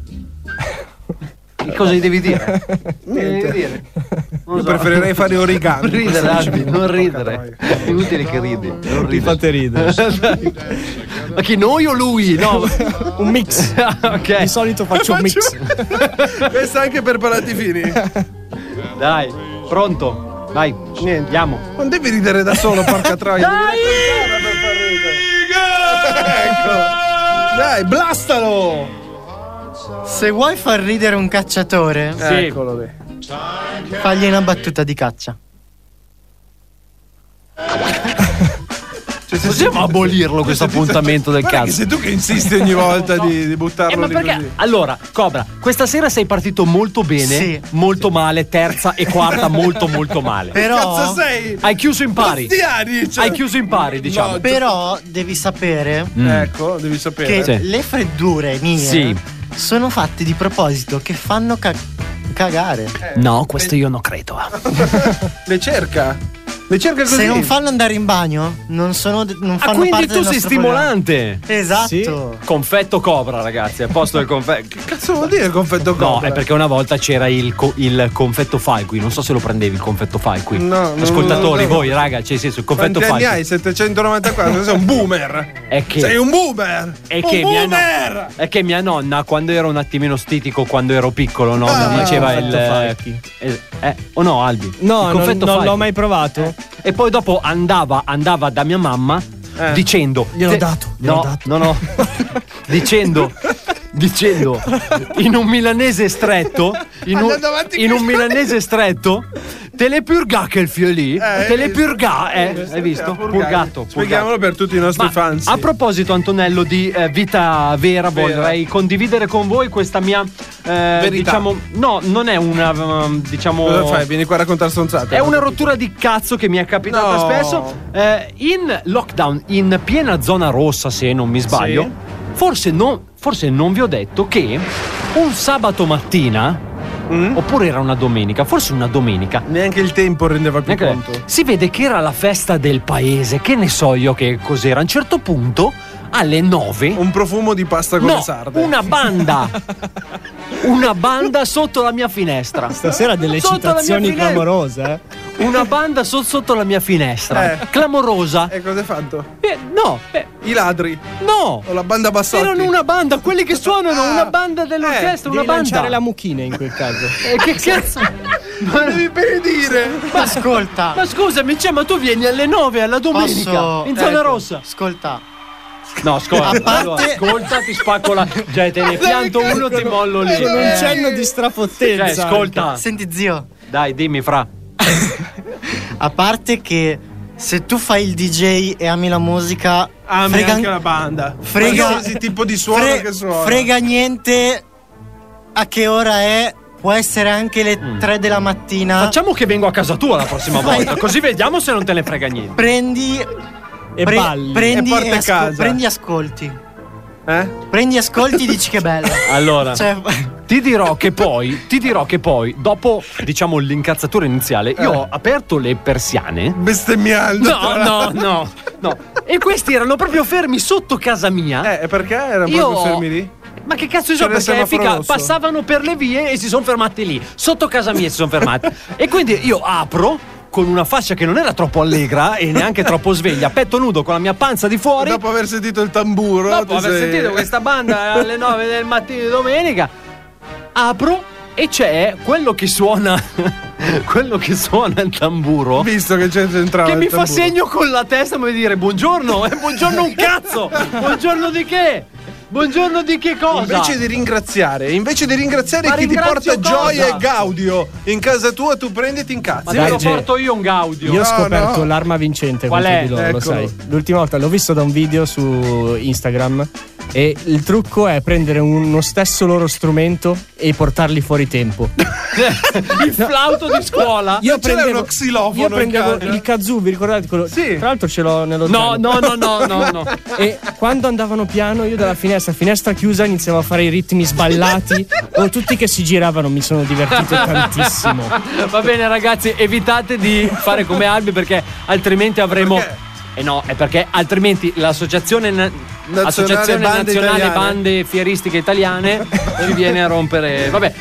Che cosa gli devi dire?
niente.
Eh, dire?
Io preferirei fare origami.
Ridere, Albi, non ridere. È inutile che ridi. Non
Mi fate ridere.
Ma chi noi o lui? No.
Un mix. Di
ok.
solito faccio un mix.
Questa anche per palati fini.
Dai, pronto. Vai, andiamo.
Non devi ridere da solo, porca troia. Dai! ecco. Dai, blastalo!
Se vuoi far ridere un cacciatore,
Eccolo lì.
fagli una battuta di caccia.
Cioè, se-
Possiamo abolirlo questo appuntamento del
Guarda che
cazzo?
sei tu che insisti ogni volta di, di buttarlo
Eh, ma
lì
perché?
così.
Allora, Cobra, questa sera sei partito molto bene,
Sì.
molto male, terza e quarta molto molto male.
Però,
Cazzo sei?
Hai chiuso in pari.
Bastiani, cioè.
Hai chiuso in pari, diciamo.
No,
però devi sapere
Mm.
eh.
Ecco, devi sapere.
che
Sì.
le freddure mie
Sì.
sono fatte di proposito che
Eh,
fanno ca- cagare. eh.
Ah, No, questo io non credo.
Le cerca. Le cerca così.
Se non fanno andare in bagno, non sono. Non
Ah,
fanno
quindi
parte
tu
del
sei
nostro
stimolante.
programma. Esatto.
Sì. Confetto cobra, ragazzi. Al posto del confetto. Che
cazzo vuol dire confetto
cobra? No, è perché una volta c'era il, co- il confetto falqui. Non so se lo prendevi il confetto falqui.
No, no,
Ascoltatori,
no, no.
voi, raga, c'è senso, il confetto
Quanti anni
falqui.
hai? 794, sei un boomer.
È che-
Sei un boomer.
È
un
che, mia no-
boomer.
è che mia nonna, quando ero un attimino stitico, quando ero piccolo, no,
Ah,
mi diceva
il
il.
confetto
eh, eh, o no, Albi?
No,
il
non,
confetto
non
falco.
l'ho mai provato.
E poi dopo andava, andava da mia mamma
Eh.
dicendo:
Gliel'ho
"Te-
dato, gliel'ho
No,
dato."
no, no. dicendo. Dicendo in un milanese stretto, in un,
Andando avanti
in un
questo-
milanese stretto, telepurgà che il fio lì,
Eh,
telepurgà, eh,
eh,
hai
purgato.
visto? Purgato, purgato.
Spieghiamolo per tutti i nostri
Ma
fan.
A proposito, Antonello, di eh, vita vera, vorrei condividere con voi questa mia. eh, diciamo, no, non è una. um, Diciamo.
Cosa fai? Vieni qua a raccontare stronzate.
È una rottura di cazzo che mi è capitata
No.
spesso. Eh, in lockdown, in piena zona rossa, se non mi sbaglio,
Sì.
forse, non, forse non vi ho detto che un sabato mattina,
Mm.
oppure era una domenica, forse una domenica,
Neanche il tempo rendeva più
Neanche-
conto.
Si vede che era la festa del paese, che ne so io che cos'era. A un certo punto, alle 9.
Un profumo di pasta con
No,
le sarde.
una banda! Una banda sotto la mia finestra.
Stasera delle
Sotto la mia
citazioni
finestra.
clamorose. eh.
Una banda so- sotto la mia finestra.
Eh.
Clamorosa.
E cosa hai fatto?
Eh, no, eh,
I ladri.
no!
O la banda Bassotti.
Erano una banda, quelli che suonano,
Ah.
una banda dell'orchestra,
Devi
una banda.
lanciare la mucchina in quel caso.
Ah!
Eh, che cazzo?
Non devi benedire.
Ma ascolta.
Ma scusami, cioè, ma tu vieni alle 9 alla domenica
posso-
in zona
ecco,
rossa.
Ascolta.
No, ascolta,
A parte-
allora, ascolta, ti spacco la. Cioè, te ne pianto uno, ti mollo lì.
Con un
Cioè,
cenno di strafottenza.
ascolta.
Senti, zio.
Dai, dimmi, fra.
A parte che se tu fai il DJ e ami la musica,
Ah,
frega,
anche la banda.
frega-
Qualsiasi tipo di suono
fre-
che suona.
frega niente a che ora è. Può essere anche le 3 della mattina.
Mm. Facciamo che vengo a casa tua la prossima
Vai.
volta, così vediamo se non te ne frega niente.
Prendi.
E
pre-
balli.
Prendi
E porti a casa.
prendi ascolti.
Eh?
Prendi ascolti e dici che bello.
Allora,
Cioè,
ti dirò che poi, ti dirò che poi, dopo, diciamo, l'incazzatura iniziale, io
Eh.
ho aperto le persiane.
Bestemmiando.
No,
tra
no,
l'altro.
no, no. E questi erano proprio fermi sotto casa mia.
Eh, perché erano
Io-
proprio fermi lì?
Ma che cazzo ne so?
C'era il
Perché
semaforo
figa,
rosso.
passavano per le vie e si sono fermati lì. Sotto casa mia si sono fermati. e quindi io apro con una faccia che non era troppo allegra e neanche troppo sveglia, petto nudo con la mia panza di fuori.
Dopo aver sentito il tamburo.
Dopo
ti
aver
sei-
sentito questa banda alle 9 del mattino di domenica, apro e c'è quello che suona. quello che suona il tamburo.
Visto che c'è c'entrava.
Che
il
mi fa
tamburo.
segno con la testa come dire buongiorno, eh, buongiorno un cazzo, buongiorno di che? Buongiorno di che cosa?
Invece
Esatto.
di ringraziare, invece di ringraziare
Ma
chi ti
ringrazio
porta gioia
cosa?
e gaudio in casa tua, tu prenditi in cazzo.
Ma
Dai,
te lo
Ge.
porto io un Gaudio.
Io ho
No,
scoperto
no. Ecco.
l'arma vincente
Qual
contro
è?
di loro,
Eccolo.
lo sai. L'ultima volta l'ho visto da un video su Instagram e il trucco è prendere uno stesso loro strumento e portarli fuori tempo.
Il flauto di scuola.
Io
Non c'era uno xilofono
io
in
prendevo
casa?
il kazoo, vi ricordate quello?
Sì.
Tra l'altro ce l'ho nello
No,
zaino.
no, no, no, no, no.
E quando andavano piano, io dalla finestra, finestra chiusa, iniziavo a fare i ritmi sballati. o tutti che si giravano, mi sono divertito tantissimo.
Va bene, ragazzi, evitate di fare come Albi perché altrimenti avremo.
Perché?
Eh no, è perché altrimenti l'associazione. Na-
Nazionale
Associazione
Bande
Nazionale
Italiane.
Bande Fieristiche Italiane ci viene a rompere. Vabbè,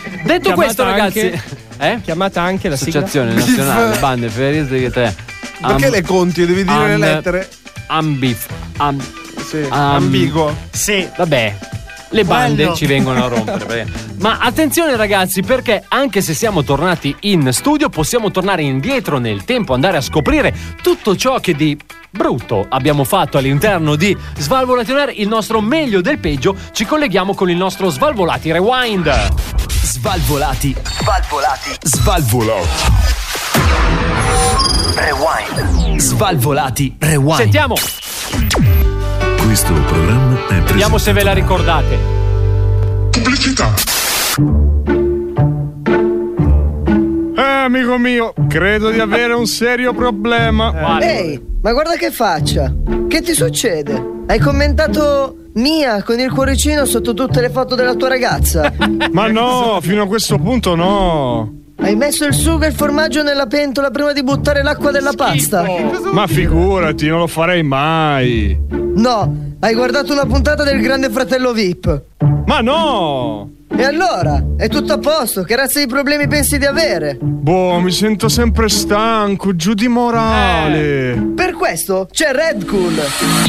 Chiamata
detto questo, ragazzi.
anche-
Eh?
Chiamata anche la sigla.
Associazione Nazionale Bande Fieristiche Italiane.
Perché
Am-
le conti? Devi dire le
am-
lettere.
Ambif. am-
Sì.
am-
Ambiguo.
sì.
Vabbè. Le bande
Quello.
ci vengono a rompere. perché- Ma attenzione ragazzi, perché anche se siamo tornati in studio, possiamo tornare indietro nel tempo, andare a scoprire tutto ciò che di brutto abbiamo fatto all'interno di Svalvolati On Air, il nostro meglio del peggio. Ci colleghiamo con il nostro Svalvolati Rewind.
Svalvolati. Svalvolati. Svalvolati. Rewind. Svalvolati. Rewind.
Sentiamo,
Questo programma è presentato
vediamo se ve la ricordate.
Pubblicità.
Eh, amico mio, credo di avere un serio problema.
Vale.
Ehi, ma guarda che faccia! Che ti succede? Hai commentato Mia con il cuoricino sotto tutte le foto della tua ragazza?
Ma no, fino a questo punto no.
Hai messo il sugo e il formaggio nella pentola prima di buttare l'acqua della pasta?
Ma figurati, non lo farei mai.
No, hai guardato una puntata del Grande Fratello VIP.
Ma no!
E allora? È tutto a posto? Che razza di problemi pensi di avere?
Oh,
Boh, mi sento sempre stanco, giù di
Eh,
morale.
Per questo c'è Red Cool,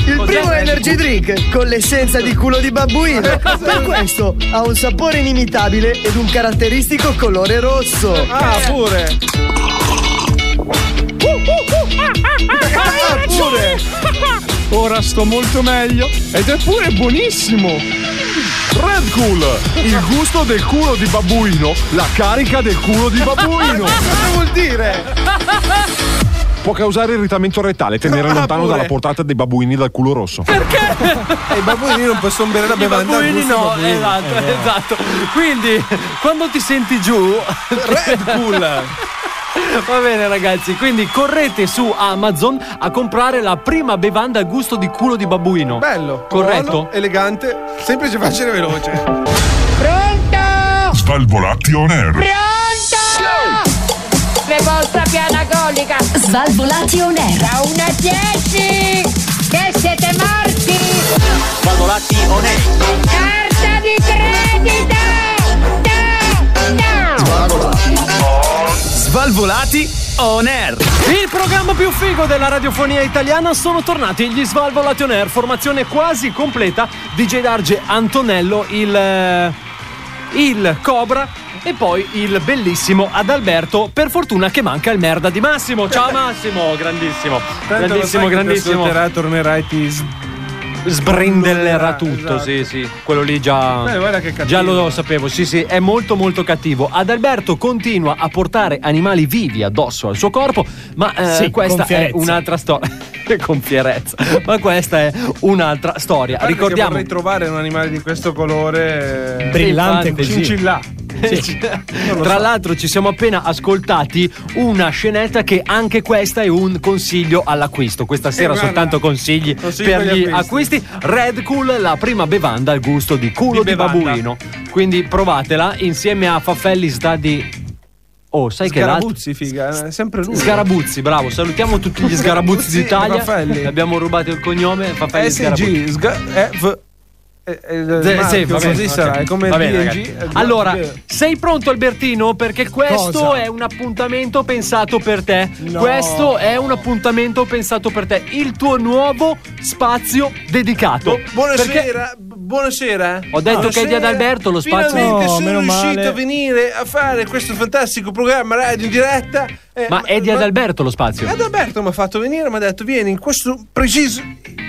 il primo energy drink con l'essenza di culo di babbuino.
Eh,
Per questo ha un sapore inimitabile ed un caratteristico colore rosso.
Ah, pure!
Ah, pure! Ora sto molto meglio ed è pure buonissimo. Red Cool, il gusto del culo di babbuino, la carica del culo di babbuino.
Cosa vuol dire?
Può causare irritamento retale, tenere
ah,
lontano dalla portata dei babuini dal culo rosso.
E i babbuini non possono bere la
I
bevanda.
babbuini
al gusto
no,
babbuino.
esatto,
Eh, no.
esatto. Quindi, quando ti senti giù, Red Bull. Va bene ragazzi, quindi correte su Amazon a comprare la prima bevanda a gusto di culo di babbuino.
Bello.
Corretto?
buono, elegante, semplice, facile e veloce.
Pronto? Svalvolati on air.
Le vostra piana colica. Svalvolati on air. Da 1 a 10. Che siete morti. Svalvolati on air. Carta di credito. No, no.
Svalvolati on air.
Il programma più figo della radiofonia italiana sono tornati gli Svalvolati on Air, formazione quasi completa, DJ Darge Antonello, il... eh, il Cobra e poi il bellissimo Adalberto, per fortuna che manca il merda di Massimo. Ciao Massimo, grandissimo,
Tanto lo sai che
grandissimo,
ti
grandissimo.
ascolterà, tornerà e ti
Sbrindellerà tutto,
esatto.
sì, sì. Quello lì già.
Beh, guarda che cattivo.
già lo sapevo, sì, sì, è molto molto cattivo. Adalberto continua a portare animali vivi addosso al suo corpo, ma eh,
Sì,
questa
con
è
fierezza.
un'altra storia. con fierezza. ma questa è un'altra storia.
Guarda che
Ricordiamo.
vorrei trovare un animale di questo colore eh,
Brillante
un
così.
cincillà.
Sì. Tra l'altro ci siamo appena ascoltati una scenetta che anche questa è un consiglio all'acquisto. Questa sera
Eh, guarda,
soltanto consigli
consigli
per
per
gli
gli
acquisti. Red Cool, la prima bevanda al gusto di culo
Di
di,
bevanda.
babuino. Quindi provatela insieme a Faffelli Sdadi. Oh, sai che l'altro
Scarabuzzi, figa, è sempre lui.
Sgarabuzzi, bravo, salutiamo tutti gli Sgarabuzzi
Sgarabuzzi e
d'Italia.
Faffelli.
Le Abbiamo rubato il cognome, Faffelli
SG,
Sgarabuzzi.
Eh sga, eh, v- eh, eh,
Sì,
marchio,
sì, va bene,
così
ok.
sarà, è come
Va bene,
DNG,
ragazzi.
eh,
Allora,
eh,
sei pronto Albertino? Perché questo
Cosa?
è un appuntamento pensato per te.
No.
Questo è un appuntamento pensato per te. Il tuo nuovo spazio dedicato. Perché
Buonasera, bu- buonasera.
Ho detto che è di Adalberto lo spazio.
Ah, Finalmente
No,
sono
meno
riuscito
male.
a venire a fare questo fantastico programma radio in diretta. eh,
Ma è di Adalberto lo spazio.
Adalberto mi ha fatto venire, mi ha detto vieni in questo preciso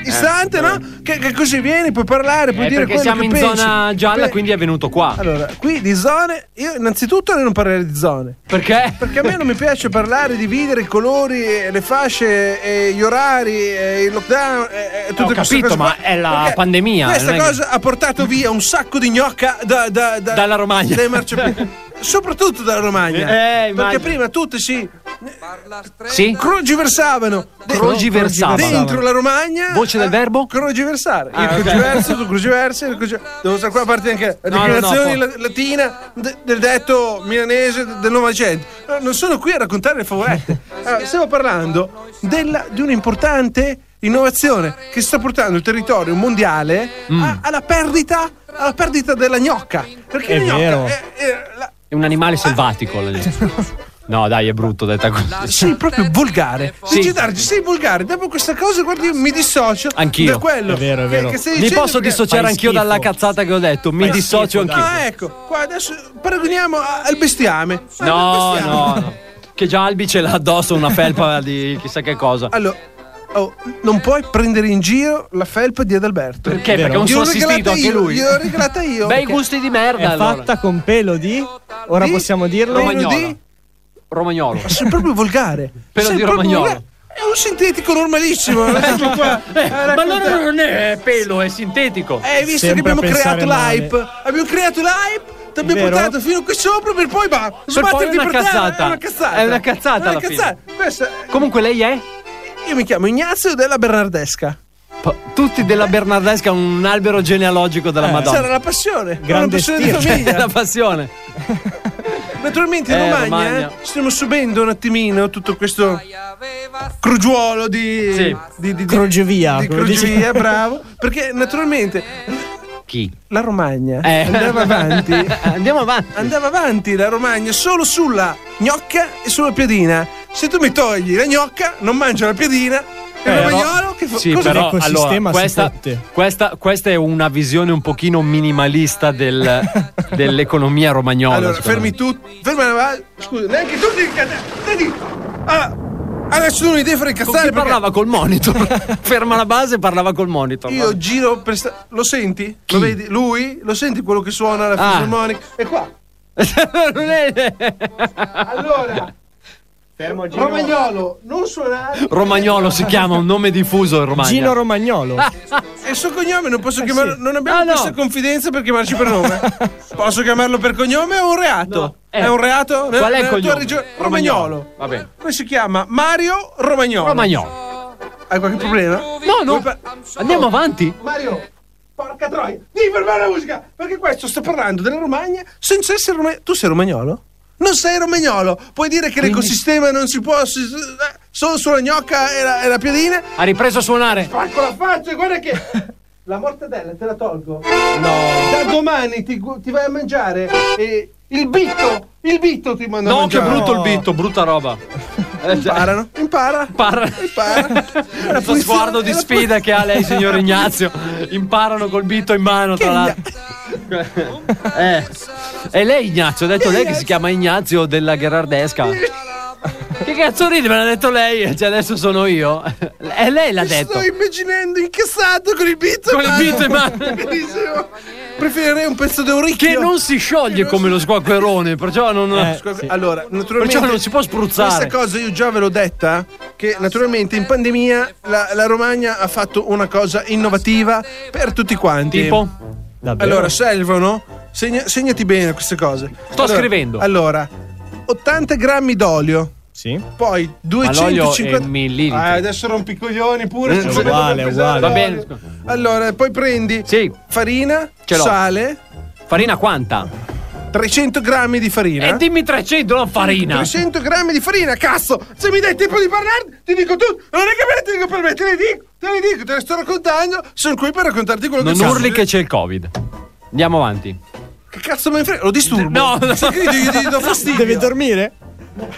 istante, no? Che, che così vieni, puoi parlare, puoi
Eh,
dire
perché
quello
siamo
che
in
pensi.
zona gialla,
Beh,
quindi è venuto qua.
Allora, qui di zone, io innanzitutto non parlerei di zone.
Perché?
Perché a me non mi piace parlare, dividere i colori, eh, le fasce, eh, gli orari, eh, il lockdown, eh, eh, tutte
Ho
queste cose
capito,
qua.
ma è la
Perché
pandemia,
Questa
non è che-
cosa ha portato via un sacco di gnocca da- da- da-
Dalla Romagna.
dai marciapiedi. Soprattutto dalla Romagna.
Eh, immagino.
perché prima tutti si
Sì?
crogiversavano. De-
Eh, Crogiversavano.
Dentro la Romagna. Eh,
Voce del verbo?
Crogiversare.
Ah,
il
ok.
crogiverso, tu crogiversi, il crogi- Devo stare qua a parte anche la
No, no, no,
declinazione
poi-
la- latina de- del detto milanese de- del Novecento. No, Non sono qui a raccontare le favolette. Allora, stiamo parlando della- di un'importante innovazione che sta portando il territorio mondiale
Mm.
a- alla perdita alla perdita della gnocca. Perché
È
la gnocca
vero.
è- è la-
È un animale selvatico. la gente. No, dai, è brutto detta così.
Sei proprio volgare.
Sì.
Sì. sei volgare. Dopo questa cosa, guardi, io mi dissocio
Anch'io.
da quello.
È vero, è vero.
stai
Mi
dicendo
posso
perché-
dissociare
Fai
anch'io dalla
schifo.
cazzata che ho detto. Mi dissocio anch'io.
Ah, ecco, qua adesso paragoniamo a- al bestiame. Guarda, il
No,
bestiame.
no, no. Che già Albi ce l'ha addosso una felpa di chissà che cosa.
Allora, oh, non puoi prendere in giro la felpa di Adalberto.
Perché? Perché è un
Gliel'ho
suo assistito
regalata
anche
io,
lui.
Gliel'ho regalata io.
Bei
Perché-
gusti di merda.
Eh,
È
allora.
fatta con pelo di. Ora
Di-
possiamo dirlo?
Pelo
Romagnolo.
di- Cioè,
Romagnolo.
Ma sei proprio volgare.
Pelo
Sei
di
proprio
romagnolo.
volgare. È un sintetico normalissimo. lasciamo qua.
Eh, ma allora non è pelo, è sintetico.
Eh, visto
Sembra
che abbiamo
pensare
creato
male.
l'hype, abbiamo creato l'hype, ti abbiamo
Vero?
portato fino qui sopra per poi bah,
poi è
sbatterti
una
per terra.
cazzata.
È una cazzata.
È una cazzata
È una
alla fine.
cazzata. Questa-
Comunque lei è?
io mi chiamo Ignazio della Bernardesca.
P- Tutti della Bernardesca, un albero
Eh.
genealogico della Madonna.
Sarà la passione.
Grande
una passione di
stirpe.
famiglia.
la passione.
Naturalmente in
Eh,
Romagna,
Romagna.
stiamo subendo un attimino tutto questo crugiuolo di,
Sì.
di, di- di-
Crogiovia,
di
come
crogiovia,
dice.
bravo. Perché naturalmente
Chi?
la Romagna
Eh.
andava avanti.
Andiamo avanti.
Andava avanti la Romagna solo sulla gnocca e sulla piadina. Se tu mi togli la gnocca, non mangio la piadina. E il
Eh, Però-
romagnolo che fa
sì,
cosa
però,
fa?
allora, questa, questa, questa è una visione un pochino minimalista del- dell'economia romagnola.
Allora,
secondo
fermi tutti. Fermi, va- scusa, neanche tu ti incazz- vedi? Allora, adesso tu non mi devi fare
me. Con
incazzare
chi
perché
parlava col monitor. Ferma la base, parlava col monitor.
io giro per sta- lo senti? Lo vedi? Lui? Lo senti quello che suona la
Ah.
fisarmonica? E qua. allora,
Fermo
Romagnolo, non suonare.
Romagnolo si chiama, un nome diffuso in Romagna.
Gino Romagnolo.
Ah.
E il suo cognome non
Eh,
posso chiamarlo.
sì.
Non abbiamo
Ah, no.
questa confidenza per chiamarci per nome. posso chiamarlo per cognome o un reato?
No. Eh.
È un reato?
Qual è il
Nella tua
cognome?
regione- Romagnolo.
Va bene.
Poi si chiama Mario Romagnolo.
Romagnolo.
Hai qualche problema?
No, no. Andiamo avanti.
Mario, porca troia, devi fermare la musica! Perché questo sto parlando della Romagna senza essere romagnolo. Tu sei romagnolo? Non sei romagnolo! Puoi dire che l'ecosistema non si può. si- eh, solo sulla gnocca e la, e la piadina?
Ha ripreso a suonare.
Spacco la faccia, guarda che. La mortadella te la tolgo. No. Da domani ti, gu- ti vai a mangiare e il bitto, il bitto ti mando a
No, che
mangiare.
brutto il bitto, brutta roba. Eh,
Imparano, impara,
Impara. Questo sguardo di sfida che ha lei, signor Ignazio. Imparano col bitto in mano, tra l'altro. Eh. E lei, Ignazio, ha detto lei che si chiama Ignazio della Gherardesca. Che cazzo ride? Me l'ha detto lei, cioè adesso sono io. E lei l'ha detto.
Sto immaginando incassato con il bitto.
Con il bitto in mano.
Benissimo. Preferirei un pezzo d'euricchio.
Che non si scioglie come lo squacquerone, perciò non.
Eh.
Scusa, Allora, naturalmente.
Perciò non si può spruzzare.
Questa cosa io già ve l'ho detta. Che naturalmente in pandemia la, la Romagna ha fatto una cosa innovativa per tutti quanti.
Tipo?
Allora, servono. segna- segnati bene queste cose.
Sto
Allora,
scrivendo.
Allora, 80 grammi d'olio.
Sì.
Poi
l'olio è
250
millilitri.
Ah, adesso rompi i coglioni pure.
Eh,
su
è
come
uguale,
devo
è
pesare
uguale. Va bene,
l'olio. Allora, poi prendi farina,
Ce l'ho.
sale,
Farina quanta?
300 grammi di
Eh?
farina.
E dimmi 300, non farina.
300 grammi di farina, cazzo! Se mi dai tempo di parlare, ti dico tutto! Non è che me ne dico per me, te le dico, te le dico, te le sto raccontando, sono qui per raccontarti quello
Non
che
urli
cazzo-
che c'è il Covid. Andiamo avanti.
Che cazzo me ne frega? Lo disturbo?
No, no.
Se credi che gli do fastidio.
Deve dormire?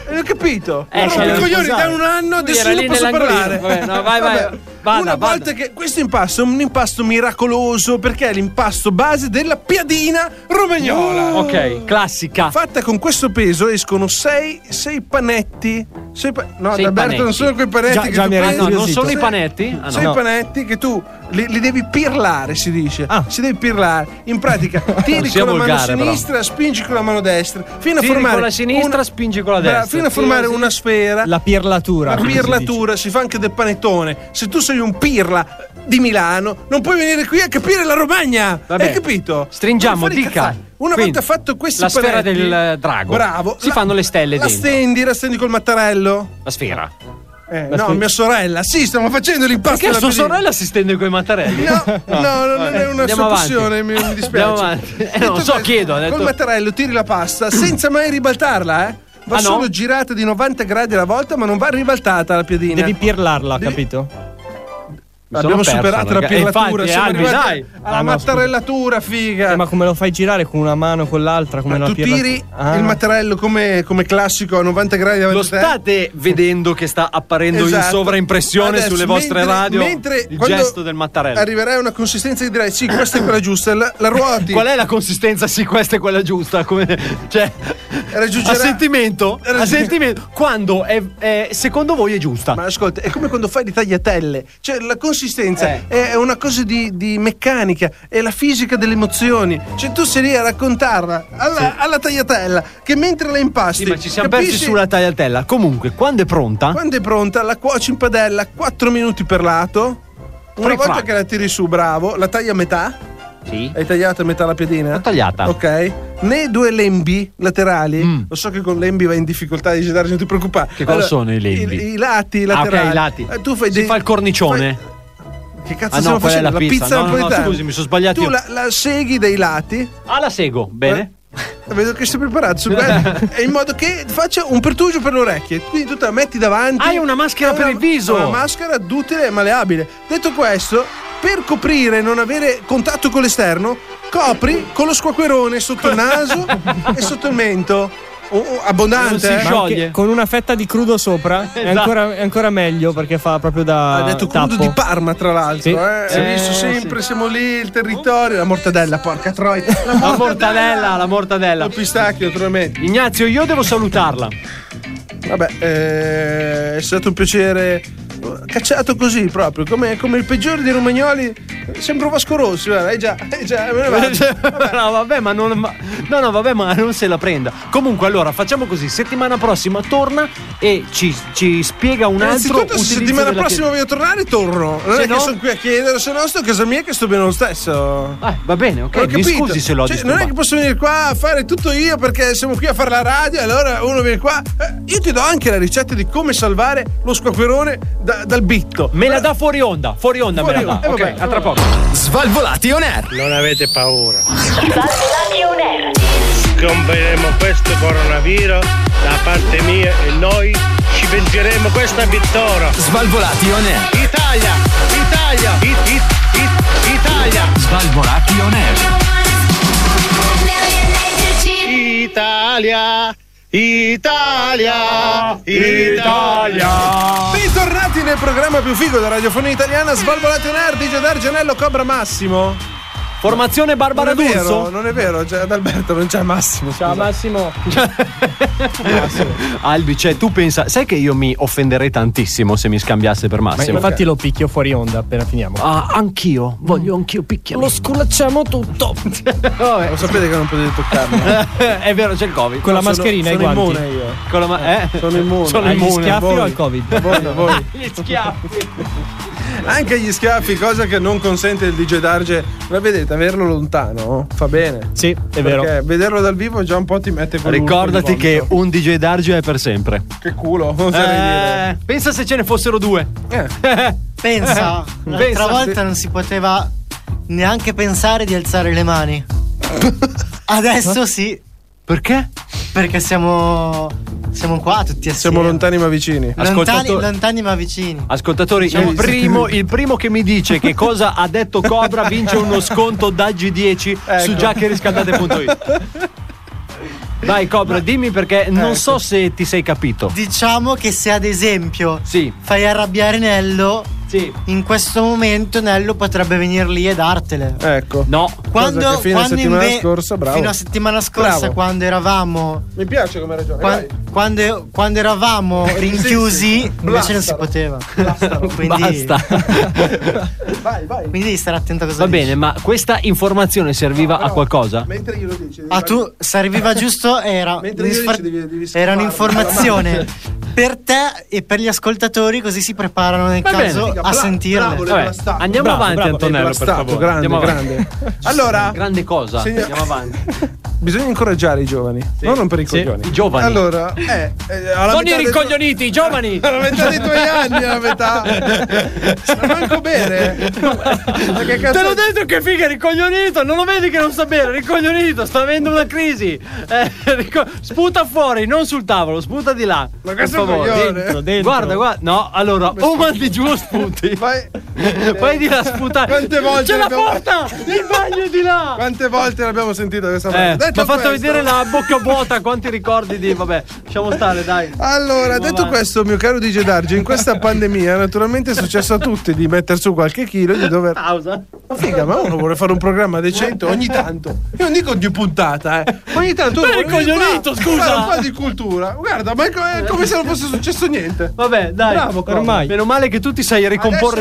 Non ho capito.
Eh,
Ho rompo
sai,
i coglioni
scusate.
da un anno,
Lui
adesso
era
non
lì
posso
nell'angolino.
parlare.
Vabbè, no, vai, vai,
Vabbè,
vada,
Una
vada.
volta che questo impasto è un impasto miracoloso perché è l'impasto base della piadina romagnola.
Mm. Ok, classica.
Fatta con questo peso escono 6 panetti. Sei pa- no,
Sei
Alberto,
panetti.
non sono quei panetti
Già-
che
già
tu
mi era
prendi.
No, non
Curiosito.
sono i
Sei-
panetti. Ah,
sei
no.
panetti che tu li, li devi pirlare, si dice.
Ah.
Si devi pirlare. In pratica, tiri
sia
con la mano
volgare, però.
sinistra, spingi con la mano destra, fino a
Tiri
formare
con la sinistra,
una-
spingi con la
Bra-
destra.
fino a formare
Sì, sì.
una sfera.
La pirlatura.
La
come si
pirlatura si fa anche del panettone. Se tu sei un pirla di Milano, non puoi venire qui a capire la Romagna.
Vabbè.
Hai capito?
Stringiamo,
Non fare
dica.
cazzate. Una
Quindi,
volta fatto questi
la sfera
panetti-
del, eh, drago.
Bravo.
Si fanno le stelle
La
dentro.
stendi, la stendi col mattarello.
La sfera.
Eh,
La
no,
stendi-
mia sorella. Sì, stiamo facendo l'impasto.
Perché
alla
sua
pedina.
sorella si stende con i mattarelli?
No, no, non è una
Andiamo
sua
avanti.
passione, mi, mi dispiace.
Andiamo avanti. Eh, non
Detto
so,
questo,
chiedo, ha detto-
Col mattarello tiri la pasta senza mai ribaltarla, eh. Va
Ah, no?
solo girata di 90 gradi alla volta, ma non va ribaltata la piadina.
Devi pirlarla, capito?
Mi sono
Abbiamo
perso,
superato la
raga. Eh,
pirlatura,
infatti,
siamo
Albi,
arrivati
dai.
alla
Ah, no,
mattarellatura, figa.
Eh, ma come lo fai girare con una mano, con l'altra? Come
Ma
la
tu
pirla-
tiri
Ah.
il mattarello come, come classico a 90 gradi davanti
Lo
a te?
state vedendo che sta apparendo in
Esatto.
sovraimpressione
Adesso,
sulle vostre
mentre-
radio
mentre
il
quando
gesto del mattarello?
Arriverai a una consistenza e direi: Sì, questa è quella giusta. La, la ruoti.
Qual è la consistenza? Sì, questa è quella giusta. Come, cioè,
Raggiungerà-
a sentimento, a
Raggiunge-
sentimento, quando è, è- secondo voi è giusta?
Ma ascolta, è come quando fai le tagliatelle, cioè la consistenza
Eh.
è una cosa di, di meccanica, è la fisica delle emozioni. Cioè tu sei lì a raccontarla alla, alla tagliatella che mentre la impasti,
Sì, ma ci siamo
capisci
persi sulla tagliatella. Comunque, quando è pronta,
quando è pronta la cuoci in padella 4 minuti per lato. Una
Free
volta
frac.
che la tiri su, bravo, la tagli a metà.
sì.
Hai tagliato a metà la piadina?
L'ho tagliata. Mm.
Ok. Né due lembi laterali. Lo so che con lembi vai in difficoltà di girare, non ti preoccupare.
Che cosa sono i lembi?
I, i lati
Ah, ok,
laterali.
i lati.
Eh, tu fai
si
dei-
fa il cornicione.
fai- Che cazzo
Ah, no,
stiamo
quella è
facendo?
la pizza. No, no, no,
napoletana.
scusi, mi sono sbagliato
Tu
io.
la, la seghi dai lati.
Ah, la seguo. Bene.
Eh? Vedo che sei preparato su quello. E in modo che faccia un pertugio per le orecchie. Quindi tu te la metti davanti.
Hai una maschera
È
per il viso.
Una maschera d'utile e maleabile. Detto questo, per coprire e non avere contatto con l'esterno, copri con lo squacquerone sotto il naso e sotto il mento. O- o- abbondante. eh.
Ma anche Con una fetta di crudo sopra è,
Esatto.
ancora, è ancora meglio perché fa proprio da.
Ha detto crudo di Parma, tra l'altro.
Sì.
eh. Hai
Eh,
visto sempre, siamo lì, il territorio, la mortadella, porca troia. La
La mortadella, la mortadella.
Il pistacchio, naturalmente.
Ignazio, io devo salutarla.
Vabbè, eh, è stato un piacere. Cacciato così proprio, come, come il peggiore dei romagnoli. Sembra Vasco Rossi, guarda, hai già, hai già, me ne vado.
Cioè, no, vabbè, ma non. ma- no, no, vabbè, ma non se la prenda. Comunque, allora, facciamo così: settimana prossima torna e ci, ci spiega un altro.
Innanzitutto, Eh, se
utilizzo
settimana
della
prossima voglio tornare, torno. Non
Se
è
no-
che sono qui a chiedere, se no sto a casa mia che sto bene lo stesso.
Ah, va bene, ok,
Ho
Eh, mi
capito.
scusi se l'ho
Cioè,
disturbato.
Non è che posso venire qua a fare tutto io perché siamo qui a fare la radio, allora uno viene qua. Eh, io ti do anche la ricetta di come salvare lo squacquerone da- dal bitto.
Me la dà fuori onda, fuori onda me la dà.
Eh,
ok,
vabbè.
a tra poco.
Svalvolati on air.
Non avete paura.
Svalvolati on air.
Scomperemo questo coronavirus da parte mia e noi ci vengeremo questa vittoria.
Svalvolati on air.
Italia, Italia, it, it, it, Italia.
Svalvolati on air.
Italia, Italia, Italia.
Bentornati nel programma più figo della radiofonia italiana, Svalvolati on Air di Giordano Gianello Cobra Massimo.
Formazione Barbara
non è
D'Urso?
vero, non è vero, cioè, ad Alberto non c'è Massimo. Ciao
Massimo.
Albi, cioè, tu pensa, sai che io mi offenderei tantissimo se mi scambiasse per
Ma
Massimo.
infatti lo picchio fuori onda appena finiamo. Mm.
Ah, anch'io, voglio anch'io picchiare.
Lo sculacciamo tutto.
Lo sapete che non potete
Eh,
toccarmi.
È vero, c'è il Covid.
Con la
Sono-
mascherina e i
sono
guanti.
immune io. Con la ma- eh?
Sono immune.
Sono
Agli
immune.
schiaffi o
Voi.
al Covid? Voi, voi.
Gli schiaffi.
Anche gli schiaffi, cosa che non consente il DJ Darge. Ma vedete, averlo lontano fa bene.
Sì, è
vero.
Perché vederlo dal vivo già un po' ti mette con
Ricordati che un DJ Dargio è per sempre.
Che culo, oserei
Eh,
dire.
pensa se ce ne fossero due.
Eh,
Pensa,
Eh,
l'altra
pensa.
volta non si poteva neanche pensare di alzare le mani. Adesso sì.
Perché?
Perché siamo, siamo qua tutti assieme.
Siamo lontani ma vicini.
Lontani,
Ascoltato-
lontani ma vicini.
Ascoltatori,
Diciamo
il,
sì.
primo, il primo che mi dice che cosa ha detto Cobra vince uno sconto da G10 su giaccheriscaldate.it. Dai Cobra, dimmi perché non so se ti sei capito.
Diciamo che se ad esempio fai arrabbiare Nello, in questo momento Nello potrebbe venire lì e dartele.
Ecco.
No.
Quando,
Cosa che fino a
quando
settimana
inve-
scorsa, bravo.
Fino a settimana scorsa,
Bravo. Eh,
quando eravamo.
Mi piace come ragione.
Quan- quando, quando eravamo rinchiusi, invece non si poteva. Quindi,
Basta.
quindi devi stare attento a cosa
Va
dici.
bene, ma questa informazione serviva a qualcosa?
Mentre io lo dici.
Ah, tu serviva giusto? Era,
Mentre io
un'infor-
dici devi- devi
era
scappare,
un'informazione per te e per gli ascoltatori, così si preparano nel
Va bene.
caso
Figa,
a
bra-
sentirle.
bravo, Vabbè, devastato. andiamo Bravo, avanti, bravo, Antonello, per devastato, favore. grande, Andiamo avanti. grande.
Allora,
Grande cosa.
Signor-
Andiamo avanti.
bisogna incoraggiare i giovani. Non rompere i
Sì.
coglioni.
I giovani.
Allora, eh, eh, alla
non
metà dei
i
tuoi-
rincoglioniti, i giovani!
alla metà dei tuoi anni, alla metà. Sta manco bene. Ma che cazzo
Te l'ho detto che figa è ricoglionito, non lo vedi che non sta bene, ricoglionito, sta avendo una crisi. Eh, rico- sputa fuori, non sul tavolo, sputa di là.
Ma
per
questo è un
favore.
coglione. Dentro, dentro.
Guarda, guarda, no, allora, o mandi giù o sputi.
Vai.
Poi di là sputa.
Quante volte
C'è la
l'abbiamo-
porta! Il bagno di là!
Quante volte l'abbiamo sentita questa
Eh,
frase?
mi ha
Detto
fatto
questo-
vedere la bocca vuota, quanti ricordi di... Vabbè, lasciamo stare, dai.
Allora,
Andiamo
detto
avanti.
questo, mio caro DJ Darge, in questa pandemia naturalmente è successo a tutti di metter su qualche chilo e di dover.
Pausa.
Ma figa, ma uno vuole fare un programma decente ogni tanto. Io non dico di puntata, eh. Ogni tanto uno
Beh,
vuole venire
coglionito,
qua,
scusa.
fare un po' di cultura. Guarda, ma è co- è come se non fosse successo niente.
Vabbè, dai,
Bravo, Cobra.
ormai. Meno male che tu ti sai ricomporre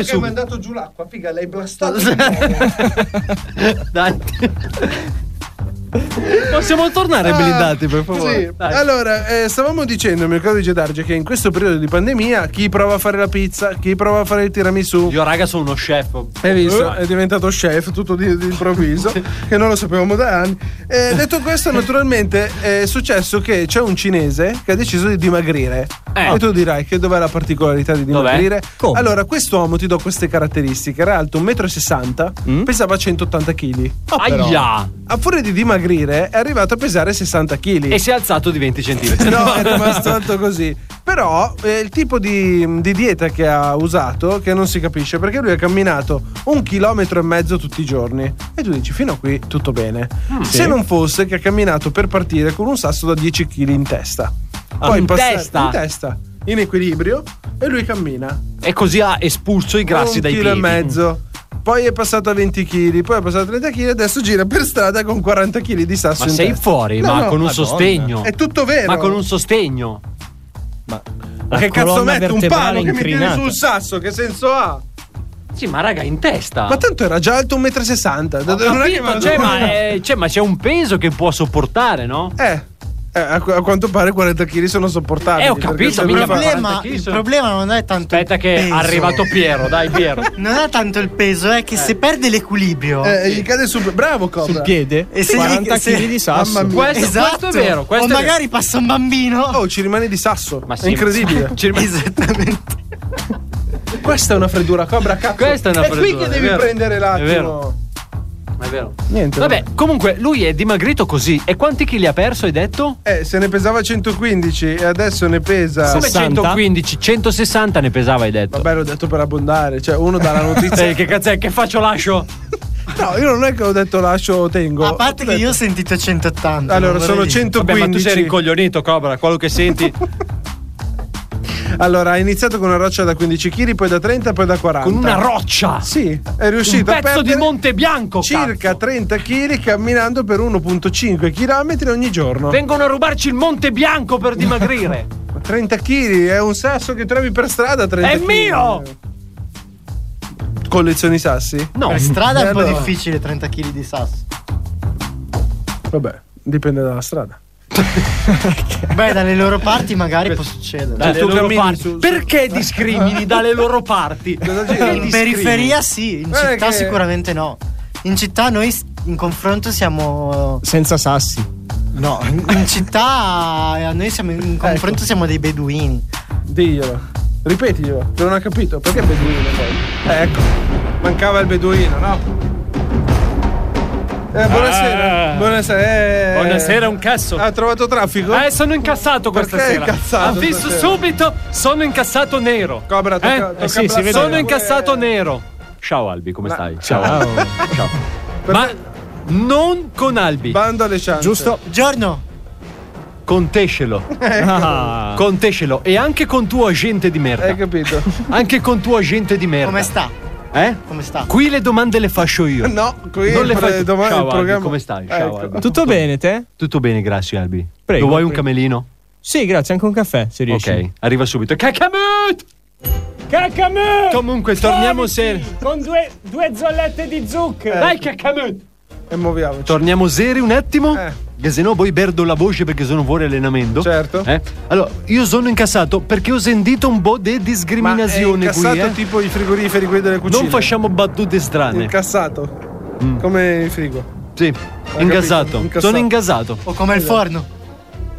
Adesso che
su.
hai mandato giù l'acqua, figa, l'hai blastato. Ah.
Dai. Possiamo tornare blindati, per favore?
Sì.
Dai.
Allora, eh, stavamo dicendo, mio caro DJ Darge, che in questo periodo di pandemia chi prova a fare la pizza, chi prova a fare il tiramisù,
Io, raga, sono uno chef.
Hai visto?
Eh.
È diventato chef tutto di, di improvviso, che non lo sapevamo da anni. Eh, detto questo, naturalmente è successo che c'è un cinese che ha deciso di dimagrire.
Eh.
E tu dirai che dov'è la particolarità di
Dov'è?
dimagrire?
Come?
Allora, quest'uomo ti do queste caratteristiche. Era alto 1,60 m, pesava 180 kg.
Mm? Aia!
A furia di dimagrire, dimagrire, è arrivato a pesare 60 kg.
E si è alzato di 20 centimetri.
No, è rimasto alto così. Però eh, il tipo di, di dieta che ha usato, che non si capisce, perché lui ha camminato un chilometro e mezzo tutti i giorni. E tu dici, fino a qui tutto bene.
Mm.
Se
Sì.
non fosse che ha camminato per partire con un sasso da 10 kg in testa.
Ah, in
passare-
testa?
In testa, in equilibrio, e lui cammina.
E così ha espulso i grassi
un
dai
chilo
piedi.
e mezzo. Poi è passato a 20 kg, poi è passato a 30 kg e adesso gira per strada con 40 kg di sasso
Ma
in
sei
testa.
fuori,
No,
ma
no,
con un
Madonna.
sostegno.
È tutto vero.
Ma con un sostegno.
Ma che cazzo metto un palo che mi tiene sul
sasso?
sasso? Che senso ha?
Ah. Sì, ma raga, in testa.
Ma tanto era già alto 1,60 m.
Ho capito, cioè, ma, è- cioè, ma c'è un peso che può sopportare, no?
Eh. eh, a, a quanto pare 40 kg sono sopportabili.
Eh, ho
perché
capito,
se
mica
lui
Il
fa-
problema, il problema non è tanto. Aspetta,
che è arrivato Piero, dai, Piero.
Non è tanto il peso, è che se perde l'equilibrio.
Eh, gli cade sul. Bravo, Cobra.
Sul piede? 40 kg di sasso.
Mamma mia.
Questo-
Esatto.
questo è vero, questo
o
è vero.
magari passa un bambino.
Oh, ci rimane di sasso.
Ma
sì, È incredibile.
ci rimane-
Questa è una freddura, Cobra cazzo.
Questa è una freddura,
È qui che
è
devi
vero.
prendere
È vero.
l'attimo.
È vero.
Niente.
Vabbè, comunque lui è dimagrito così. E quanti chili ha perso, hai detto?
Eh, se ne pesava 115 e adesso ne pesa.
Come 115, 160 ne pesava, hai detto.
Vabbè, l'ho detto per abbondare. Cioè, uno dà la notizia.
Eh, che cazzo è? Che faccio lascio?
No, io non è che ho detto lascio o tengo.
A parte che io ho sentito 180.
Allora,
non
sono
vorrei dire.
115.
Vabbè, ma tu sei rincoglionito, Cobra, quello che senti.
Allora, ha iniziato con una roccia da 15 kg, poi da 30, poi da 40.
Con una roccia?
Sì, è riuscito
Un
a
pezzo
perdere
di Monte Bianco,
circa 30 kg camminando per 1.5 km ogni giorno.
Vengono a rubarci il Monte Bianco per dimagrire.
30 kg è un sasso che trovi per strada. 30
è
chili.
mio!
Collezioni sassi?
No.
Per strada è un po'
Allora,
difficile 30 kg di sasso.
Vabbè, dipende dalla strada.
Beh, dalle loro parti magari può succedere.
Dalle loro parti. Perché discrimini dalle loro parti?
In Eh, periferia sì, in
Eh, Guarda
città
che-
sicuramente no. In città noi s- in confronto siamo.
Senza sassi.
No, in città eh, noi siamo
Ecco.
in confronto siamo dei beduini.
Diglielo. Ripetiglielo, che non ha capito. Perché beduino poi? Eh, ecco, mancava il beduino, no? Eh, buonasera.
Ah.
Buonasera. eh.
Buonasera, un cazzo.
Ha trovato traffico?
Eh, sono incassato questa
Perché è
sera.
incazzato
Ha visto
stasera?
subito, sono incassato nero.
Cobra, tocca- tocca
sì, si
abbracciare.
vede. Sono incassato nero. Ciao Albi, come stai? Ciao. Ciao. Ma non con Albi.
Bando alle ciance.
Giusto?
Giorno.
Con Tescelo. Ah. Con Tescelo e anche con tuo agente di merda.
Hai capito?
Anche con tuo agente di merda.
Come sta?
Eh?
Come sta?
Qui le domande le faccio io.
No, qui
non le
il-
fai tu.
domani
Ciao
il programma-
Albi, come stai? Ciao
Ecco.
Albi.
Tutto bene, te?
Tutto bene, grazie Albi.
Prego,
Lo vuoi un
prego.
camellino?
Sì, grazie, anche un caffè, se riesci.
Ok, arriva subito. Cacamut!
Cacamut!
Comunque, torniamo seri.
Con due, due zollette di zucchero.
Dai, cacamut!
E muoviamoci.
Torniamo seri un attimo.
Eh.
Che se no poi perdo la voce perché sono fuori allenamento.
Certo.
Eh? Allora, io sono incassato perché ho sentito un po' di
Ma è
discriminazione qui.
incassato
eh.
tipo i frigoriferi quelli delle cucine.
Non facciamo Mm. battute strane.
Incassato. Come il frigo.
sì,
capito,
ingasato.
incassato.
Sono ingasato.
O come il
Esatto.
forno?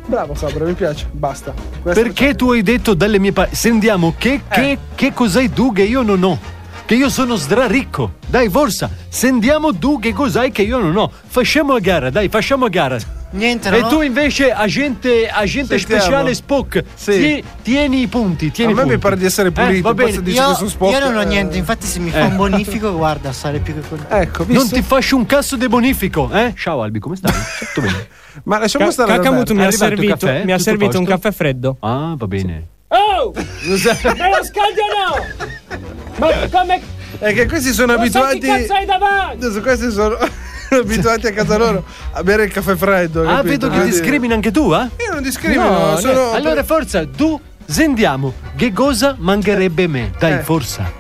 Bravo Cobra, mi piace. Basta. Questa-
Perché tu hai detto dalle mie parti. Sentiamo, che,
Eh.
che, che cos'hai tu che io non ho? Che io sono sdraricco. Dai, forza, sentiamo tu che cos'hai che io non ho. Facciamo a gara, dai, facciamo a gara.
Niente,
e
no?
tu invece, agente, agente
Sentiamo.
speciale Spock,
Sì.
ti- tieni i punti. Tieni
cioè, A me
i punti.
mi pare di essere pulito,
Eh, va bene.
pazzo dice che
Io,
sono sporco,
io non ho
eh.
niente, infatti se mi fa
Eh.
un bonifico guarda, sarei più che contento.
Ecco,
Non
visto?
ti faccio un cazzo di bonifico, eh? Ciao Albi, come stai? Tutto bene.
Ma lasciamo
Ca-
stare
Cacamut
Alberto.
mi
È
ha
arrivato il
servito,
caffè?
mi ha
Tutto
servito un
posto?
caffè freddo.
Ah, va bene.
Oh! Me lo scaldi o no? Ma come
È che questi sono
non so
abituati.
chi cazzo hai davanti?
Adesso Cioè, questi sono abituati a casa loro a bere il caffè freddo.
Ah,
capito?
vedo che
Quindi-
discrimini anche tu, eh?
Io non discrimino, sono.
Allora, forza, tu sentiamo che cosa mancherebbe a me. Dai,
Eh.
forza.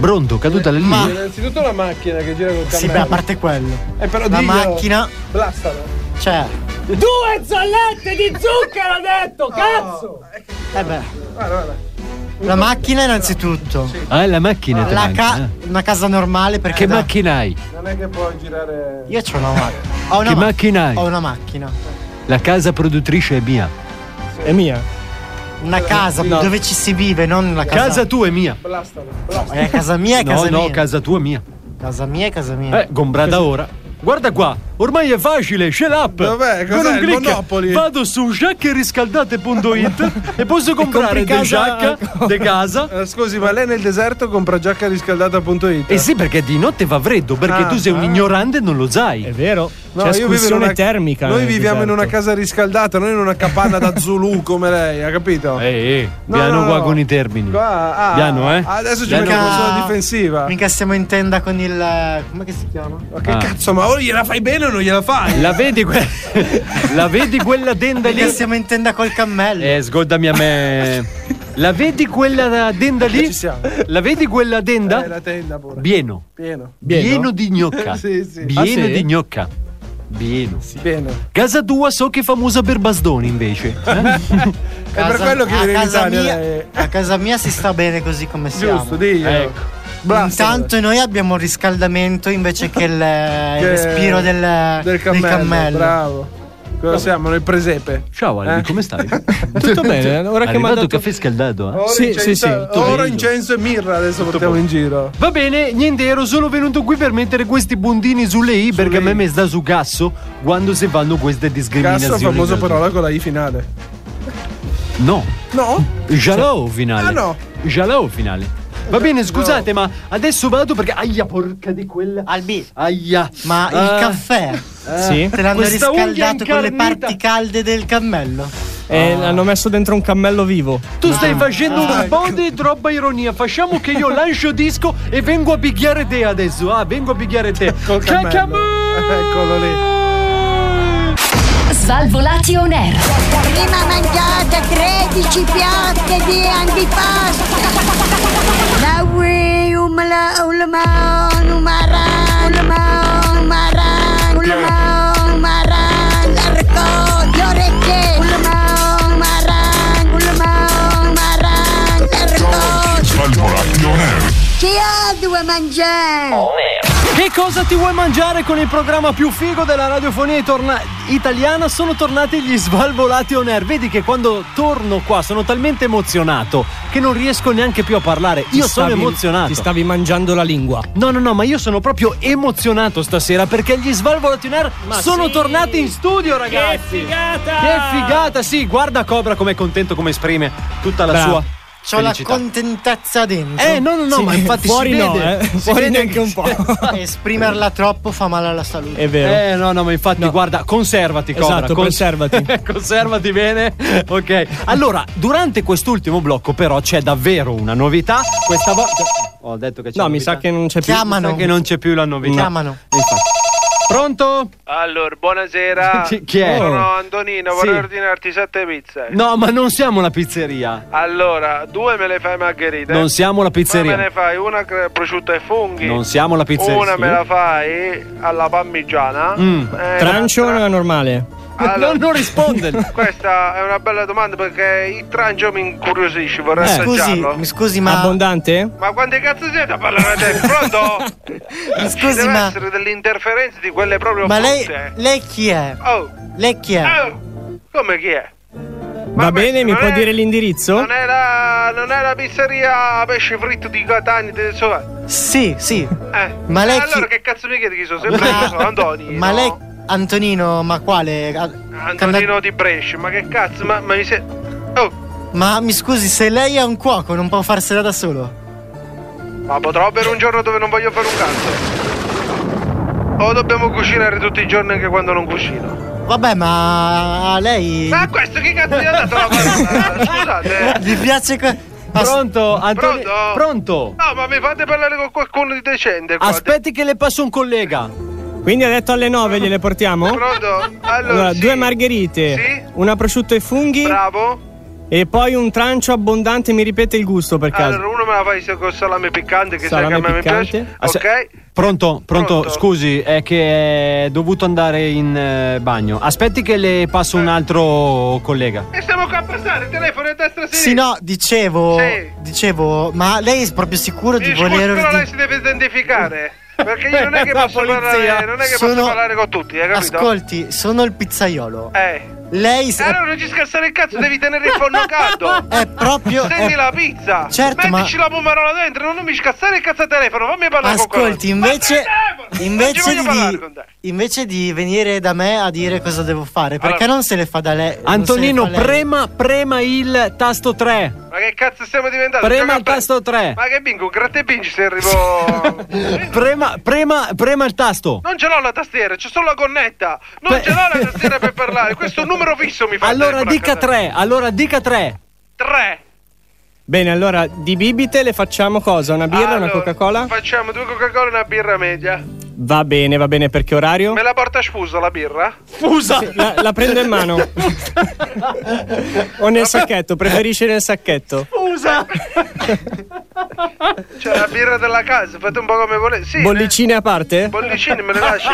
Pronto, caduta la
Ma-
linea.
Innanzitutto la macchina che gira col cammello.
Sì, beh, a parte quello.
Eh, però
La
diglielo.
macchina,
Blastalo.
cioè,
Due zollette di zucchero, ho detto, cazzo!
eh beh,
Oh, Guarda, guarda.
la macchina innanzitutto.
Ah, è la macchina. te
La
manca,
ca-
eh.
una casa normale perché
Che
da-
macchina hai?
Non è che puoi girare.
Io c'ho una macchina. Ho una
Che
ma-
macchina hai?
Ho
Oh.
una macchina.
La casa produttrice è mia.
È mia.
Una casa
No.
dove ci si vive, non la casa.
Casa tua è mia.
Blastalo.
È casa mia, è
No,
casa
no, Eh.
mia.
casa tua è mia.
casa mia, è casa mia.
Eh, comprata ora. Guarda qua, Ormai è facile, shell up.
Dov'è?
Con
Cos'è?
un
Il
click
Monopoli?
vado su giaccheriscaldate.it e posso comprare
compri
de
casa-
giacca, de casa.
Eh, Scusi, ma lei nel deserto compra giacca riscaldata.it?
Eh sì, perché di notte va freddo, perché
Ah,
tu sei un
ah.
ignorante e non lo sai. È
vero.
No, io vivo in una-
eh,
Noi viviamo in una
esatto.
casa riscaldata, non in una capanna da Zulu come lei, ha capito?
Eh, eh,
No,
piano
no,
qua
no.
con i termini.
Qua, ah,
Piano, eh.
Adesso ci
Piano.
mettiamo sulla difensiva.
Mica stiamo in tenda con il. come che si chiama?
Ma Che cazzo, ma o gliela fai bene o non gliela fai?
Ah. La vedi, que- la vedi quella tenda
Mica
lì?
stiamo in tenda col cammello.
Eh, sgodami a me. La vedi quella tenda lì? La vedi quella tenda?
Eh, la tenda pure.
Bieno.
Pieno.
Pieno di gnocca.
sì, sì.
Pieno
Ah, sì?
di gnocca. Pieno.
Bene.
Casa tua so che è famosa per bastoni invece. Eh,
È per quello che
a
viene in
casa
Italia.
mia-
lei.
A casa mia si sta bene così come siamo.
Giusto, diglielo. Ecco. Blastalo.
Intanto noi abbiamo il riscaldamento invece che il, il
Che-
respiro eh, del,
Del cammello, Bravo. Cosa siamo? Nel presepe. Eh?
Ciao Ale, come stai?
Tutto bene, ora che mi ha
Arrivato
dato-
caffè scaldato, eh?
Oro, incenso, oro, incenso e mirra adesso portiamo in giro.
Va bene, niente, ero solo venuto qui per mettere questi bondini sulle I perché a me mi sta su cazzo quando si fanno queste discriminazioni.
Cazzo, famoso parola con la I finale.
No.
No?
Jalò finale.
Ah, no. Eh,
Jalò finale. Va bene, scusate, ma adesso vado perché. Aia, porca di quella.
Albi.
Aia. Eh,
Ma il caffè
Sì.
te l'hanno
Questa
Ah. unghia
riscaldato con le parti calde del cammello.
E l'hanno messo dentro un cammello vivo.
Tu stai facendo
Ah,
un
ecco.
po' di troppa ironia. Facciamo che io lancio disco e vengo a picchiare te adesso. Ah, vengo a picchiare te. Col
cammello. Ecco Eccolo lì.
Svalvolati on air. Prima mangiate 13 piatte di antipasto. La um, ui umla ulma numara ulma numara ulma numara l'arco um, le orecchie Um, ulma numara ulma numara l'arco. um, Chi ha due mangiare?
Che cosa ti vuoi mangiare con il programma più figo della radiofonia torna- italiana? Sono tornati gli svalvolati on air. Vedi che quando torno qua sono talmente emozionato che non riesco neanche più a parlare. Io
Ti
sono
stavi-
emozionato.
Ti stavi mangiando la lingua.
No, no, no, ma io sono proprio emozionato stasera perché gli svalvolati on air sono tornati in studio,
Che
ragazzi.
figata!
Che figata, sì, guarda Cobra com'è contento, come esprime tutta la
Bravo.
sua.
C'ho la
felicità.
contentezza dentro.
Eh, no, no, no, ma infatti
fuori
si
no,
vede.
eh.
Si
Fuori
vede
neanche
che-
un po'.
Esprimerla troppo fa male alla salute.
Eh, no, no, ma infatti, guarda, conservati, Cobra.
Esatto, conservati.
conservati bene. Ok. Allora, durante quest'ultimo blocco, però, c'è davvero una novità. Questa volta. Ho detto che c'è.
No, mi sa che non c'è più.
Mi sa che non c'è più la novità.
Chiamano.
Infatti. Pronto?
Allora, buonasera.
Chi- chi è?
Sono Antonino, vorrei
Sì.
ordinarti sette pizze.
No, ma non siamo la pizzeria.
Allora, due me le fai margherite.
Non siamo la pizzeria.
Poi me ne fai una cre- prosciutto e funghi.
Non siamo la pizzeria.
Una me la
Sì.
fai alla parmigiana.
Mm.
Eh,
Trancio o normale?
allora-
non risponde.
Questa è una bella domanda perché il trancio mi incuriosisce, vorrei
Eh,
scusi,
Eh. assaggiarlo.
mi scusi,
Ah.
ma. Abbondante?
Ma quante cazzo siete a parlare te? Pronto?
Mi
Ci
scusi,
deve
ma,
essere delle interferenze di quelle proprio
ma lei, Eh.
brutte.
lei chi è?
Oh,
Lei chi è?
oh, come chi è?
Va bene, mi
non
può
è-
dire l'indirizzo?
Non è la, non è la pizzeria pesce fritto di Catania di Sovà.
Sì, sì.
Eh.
Ma
eh,
lei
allora
chi-
che cazzo mi chiedi chi sono? Sempre io sono Antonio.
Ma lei, Antonino, ma quale? A-
Antonino di Brescia, ma che cazzo? Ma, ma mi sei. Oh,
Ma mi scusi, se lei è un cuoco, non può farsela da solo.
ma potrò avere un giorno dove non voglio fare un cazzo. O dobbiamo cucinare tutti i giorni anche quando non cucino.
Vabbè, ma lei.
Ma questo che cazzo gli ha dato la parola? Scusate.
Gli piace. que-
Pronto, Antonio?
Pronto?
Pronto?
No, ma mi fate parlare con qualcuno di decente qua.
Aspetti che le passo un collega.
Quindi ha detto alle 9 gliele portiamo?
Pronto? Allora,
Allora,
sì.
due margherite, una prosciutto e funghi.
Bravo.
E poi un trancio abbondante, mi ripete il gusto per caso.
Allora, uno me la fai con salame piccante, che
Salame
sai che a me
piccante.
mi piace.
Ah, se-
ok?
Pronto, pronto, scusi, è che è dovuto andare in eh, bagno. Aspetti che le passo un altro collega.
E stiamo qua a passare il telefono a destra e a
Sì,
sinistra.
no, dicevo. Dicevo, ma lei è proprio sicuro di
Mi scusi,
voler.
però
ordi-
lei si deve identificare. Perché io non è che
La
posso
polizia.
parlare, non è che
Sono-
posso parlare con tutti, hai capito?
Ascolti, sono il pizzaiolo.
Eh.
Lei
Eh, Allora non ci scherzare il cazzo, devi tenere il forno caldo.
È proprio-
Senti
è-
la pizza.
Certo, ma-
Mettici la pomarola dentro, non mi scassare il cazzo al telefono, fammi parlare con
Ascolti,
qualcuno.
invece. Invece
voglio parlare
di, invece di venire da me a dire cosa devo fare, perché non se le fa da lei? non se le
Antonino,
fa lei?
prema, prema il tasto 3.
Ma che cazzo stiamo diventando?
Prema il
Gioca-
tasto 3.
Ma che bingo, gratte e vinci se arrivo.
Prema, prema, prema il tasto.
Non ce l'ho la tastiera, c'è solo la connetta. Non ce l'ho la tastiera per parlare. Questo è un numero fisso mi fa.
Allora dica 3. Allora dica 3.
3.
Bene, allora di bibite le facciamo cosa? Una birra, una Coca-Cola?
Facciamo due Coca-Cola e una birra media.
Va bene, va bene, per che orario?
Me la porta sfusa la birra?
Fusa! La, la prendo in mano. o nel sacchetto, preferisce nel sacchetto.
Sfusa! C'è la birra della casa, fate un po' come volete. Sì, eh,
Bollicine a parte?
bollicini me le lasci.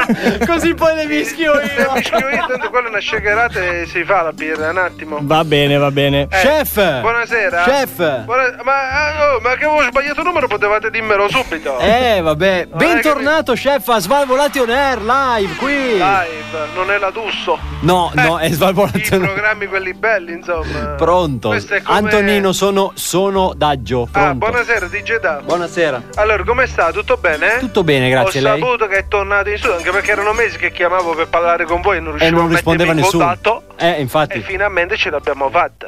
Così poi le mischio io.
Le mischio io, tanto quella è una shakerata e si fa la birra, un attimo.
Va bene, va bene.
Eh, Buonasera. Buona- ma, ah, oh, ma che avevo sbagliato numero, potevate dirmelo subito.
Eh, vabbè.
Non è che-
Bentornato, chef, a Svalvolati on Air live qui.
Ah. Live, non è la Dusso.
No,
Eh,
no, è Svalvolati
I
on Air.
programmi quelli belli, insomma.
Pronto.
Questo è come-
Antonino, sono, sono Daggio. Pronto.
Ah, buonasera, DJ Da.
Buonasera.
Allora, come sta? Tutto bene?
Tutto bene, grazie.
Ho
Lei?
saputo che è tornato in studio, anche perché erano mesi che chiamavo per parlare con voi e non
E
riuscivo
Eh, non
a mettermi
rispondeva
in
nessuno.
contatto.
Eh,
E
infatti,
finalmente ce l'abbiamo fatta.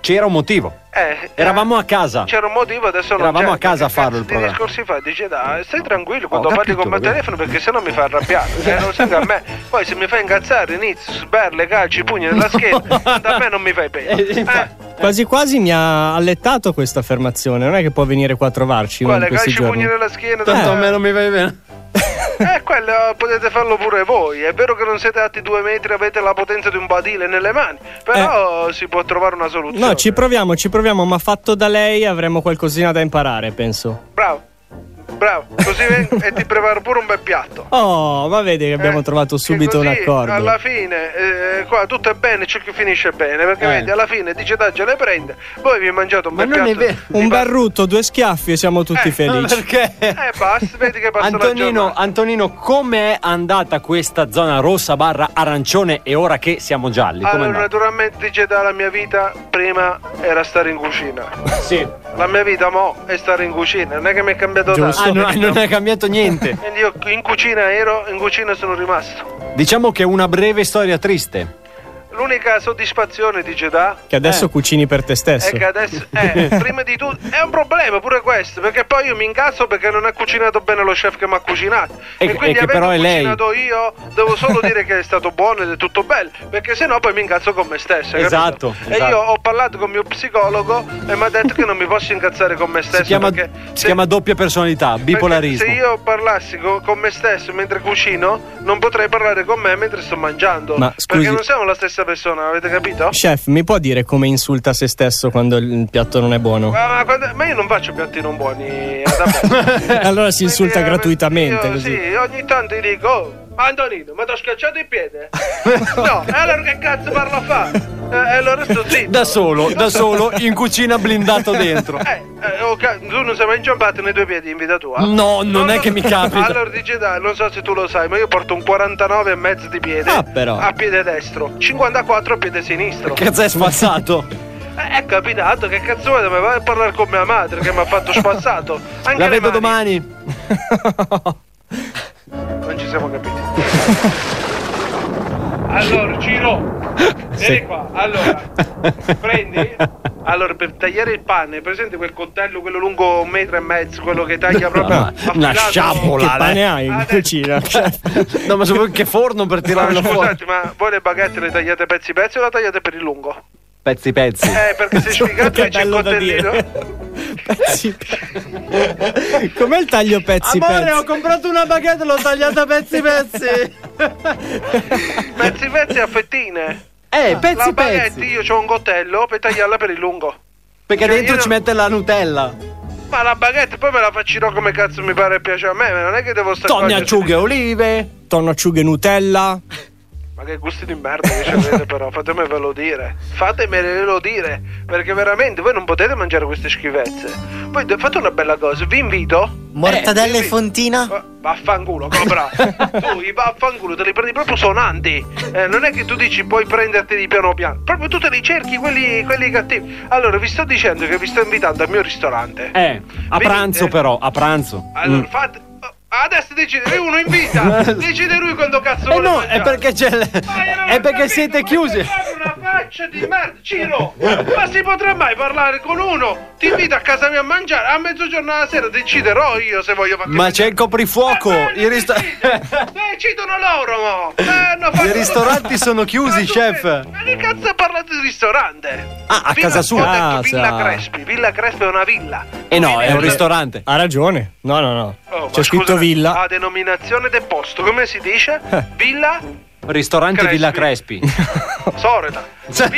c'era un motivo.
Eh,
Eravamo a casa.
C'era un motivo, adesso non
Eravamo
c'è.
a casa a
Che cazzo
farlo il
di
programma. Oh,
discorsi fa, dice da, stai tranquillo quando parli
capito,
con me al
capito.
telefono perché sennò mi fa arrabbiare. eh, non serve a me. Poi se mi fai incazzare inizio, sberle, calci, pugni nella schiena, da me non mi fai bene. Eh,
Quasi quasi mi ha allettato questa affermazione. Non è che può venire qua a trovarci uno
Eh, quale
in questi
calci, pugni
giorni.
nella schiena,
Tanto a me
non mi vai bene.
Eh, quello potete farlo pure voi. È vero che non siete alti due metri, avete la potenza di un badile nelle mani. Però
Eh.
si può trovare una soluzione.
No, ci proviamo, ci proviamo, ma fatto da lei avremo qualcosina da imparare, penso.
Bravo, bravo. Così vengo e ti preparo pure un bel piatto.
Oh, ma vedi che abbiamo
Eh,
trovato subito
Così,
un accordo.
Alla fine, eh, qua tutto è bene, c'è chi finisce bene. Perché
Eh.
vedi, alla fine dice Daggio le prende, voi vi mangiate un bel piatto.
Un barrutto, due schiaffi e siamo tutti felici.
Perché?
Eh, basta, vedi che passa la
Antonino,
giornata.
Antonino, com'è andata questa zona rossa barra arancione e ora che siamo
ah,
gialli? Com'è
Allora,
andata?
naturalmente dice da la mia vita prima era stare in cucina.
Sì.
La mia vita mo è stare in cucina, non è che mi è cambiato
Giusto. Ah,
tanto.
non, non è cambiato niente.
Quindi io in cucina ero, in cucina sono rimasto.
Diciamo che è una breve storia triste.
L'unica soddisfazione di Jeddah
Che adesso cucini per te stesso.
Eh. è che adesso eh, prima di tutto è un problema pure questo, perché poi io mi incazzo perché non ha cucinato bene lo chef che mi ha cucinato.
E-
E,
e
quindi
che
avendo
però è lei.
cucinato io devo solo dire che è stato buono ed è tutto bello, perché sennò poi mi incazzo con me stesso. capito?
Esatto,
E
esatto.
io ho parlato con il mio psicologo e mi ha detto che non mi posso incazzare con me stesso
Si chiama,
perché
si chiama doppia personalità, bipolarismo.
Perché se io parlassi co- con me stesso mentre cucino, non potrei parlare con me mentre sto mangiando.
Ma scusi-
Perché non siamo la stessa persona, avete capito?
Chef, mi può dire come insulta se stesso quando il piatto non è buono?
Ma, ma quando- ma io non faccio piatti non buoni eh, ad apposta.
allora si insulta gratuitamente
eh, Io,
così.
sì, ogni tanto gli dico, oh, ma Antonino, ma ti ho schiacciato il piede? no, e allora che cazzo parlo a fare? E allora sto zitto.
Da solo, da solo, in cucina blindato dentro.
Eh, eh, oh, ca- tu non sei mai inciampato nei due piedi in vita tua?
No, non è che mi capita.
Allora dici dai, non so se tu lo sai, ma io porto un 49 e mezzo di piede
Ah, però.
a piede destro, 54 a piede sinistro.
Che cazzo è spassato?
Eh, è capitato, che cazzo vuoi? Ma vai a parlare con mia madre che mi ha fatto spassato. Anche
La
le
vedo
mani.
domani.
Non ci siamo capiti. allora, Ciro, vieni qua. Allora, prendi. Allora, per tagliare il pane, presente quel coltello, quello lungo un metro e mezzo, quello che taglia proprio.
ma una
affilato?
sciabola, Che pane eh. hai in
cucina?
No, ma so che forno per tirarlo
Ma
fuori.
Scusate, ma voi le baguette le tagliate pezzi pezzi o la tagliate per il lungo?
Pezzi pezzi.
Eh, perché se sfigate c'è il coltellino.
Com'è il taglio pezzi pezzi?
comprato una baguette e l'ho tagliata a pezzi pezzi.
Pezzi pezzi a fettine.
Eh, pezzi
la baguette
pezzi.
io ho un coltello per tagliarla per il lungo.
Perché
Cioè,
dentro
io
ci
non-
mette la Nutella.
Ma la baguette poi me la faccio come cazzo mi pare e piace a me, ma non è che devo stare
Tonno
qua a
acciughe e
olive.
Tonno acciughe e Nutella.
Ma che gusti di merda che ci avete però, fatemelo dire. Fatemelo dire, perché veramente voi non potete mangiare queste schifezze. Poi de- fate una bella cosa, vi invito.
Mortadella
Eh,
e fontina?
Vaffanculo, cobra. tu i vaffanculo te li prendi proprio sonanti. Eh, non è che tu dici puoi prenderti di piano piano. Proprio tu te li cerchi quelli, quelli cattivi. Allora vi sto dicendo che vi sto invitando al mio ristorante.
Eh, a
Venite. Ah,
pranzo però, a pranzo.
Allora
Mm.
fate. oh, Adesso decide uno in vita. Decide lui quando cazzo
Eh
vuole.
no,
mangiare. Ah,
è perché c'è. l- è perché siete chiusi.
Una faccia di merda, Ciro! Ma si potrà mai parlare con uno? Ti invito a casa mia a mangiare. A mezzogiorno alla sera deciderò io se voglio farti.
Ma c'è il coprifuoco. I, rista-
Eh, Decidono loro, mo! Eh, hanno fatto-
i ristoranti sono chiusi, chef.
Ma che cazzo parlate di ristorante?
Ah, a
Villa-
casa sua.
Ho detto
Ah,
Villa
sa.
Crespi. Villa Crespi è una villa.
Eh no, è un
Eh,
ristorante.
Ha ragione. No, no, no.
Oh, ma
C'è scritto
scusa,
villa.
A denominazione del posto, come si dice?
Eh.
Villa
Ristorante Villa Crespi.
Soreda.
Cioè,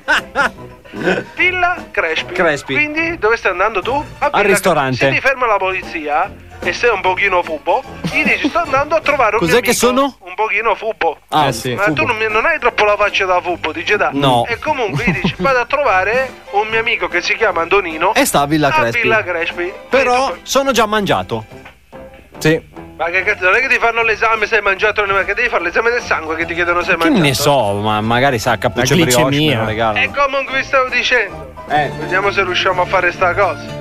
Villa, Villa Crespi.
Crespi.
Quindi dove stai andando tu? A Villa-
ristorante.
Se ti ferma la polizia eh, e sei un pochino furbo, gli dici sto andando a trovare un
Cos'è
mio
che
amico,
sono?
Un pochino furbo.
Ah, Eh, sì,
Ma
furbo.
tu non, mi- non hai troppo la faccia da furbo, dice da.
No.
E comunque gli dici vado a trovare un mio amico che si chiama Antonino.
E sta a Villa Crespi.
Villa Crespi.
Però sono già mangiato. Sì.
Ma che cazzo, non è che ti fanno l'esame se hai mangiato o no, ma che devi fare l'esame del sangue che ti chiedono se hai
Che
mangiato.
ne so, ma magari sa cappuccio
La
brioche me
glicemia.
lo
E
regalano.
comunque vi stavo dicendo.
Eh.
Vediamo se riusciamo a fare sta cosa.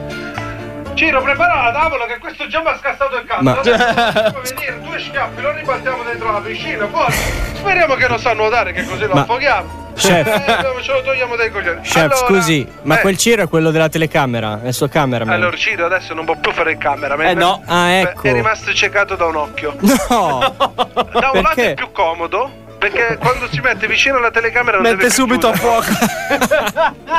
Ciro, prepara la tavola che questo già mi ha scassato il cazzo.
Ma-
Adesso puoi venire, due schiaffi, lo ribaltiamo dentro la piscina, forza. Speriamo che non sa nuotare, che così lo
Ma-
affoghiamo.
Chef.
Eh, ce lo togliamo dai coglioni.
Chef,
allora,
scusi, ma
eh,
quel Ciro è quello della telecamera, è il suo cameraman.
Allora Ciro adesso non può più fare il camera.
Eh no. Ah, ecco.
È rimasto ciecato da un occhio.
No!
Da un lato
Perché?
è più comodo. Perché quando si mette vicino alla telecamera non deve
Mette
più
subito a
chiudere.
fuoco.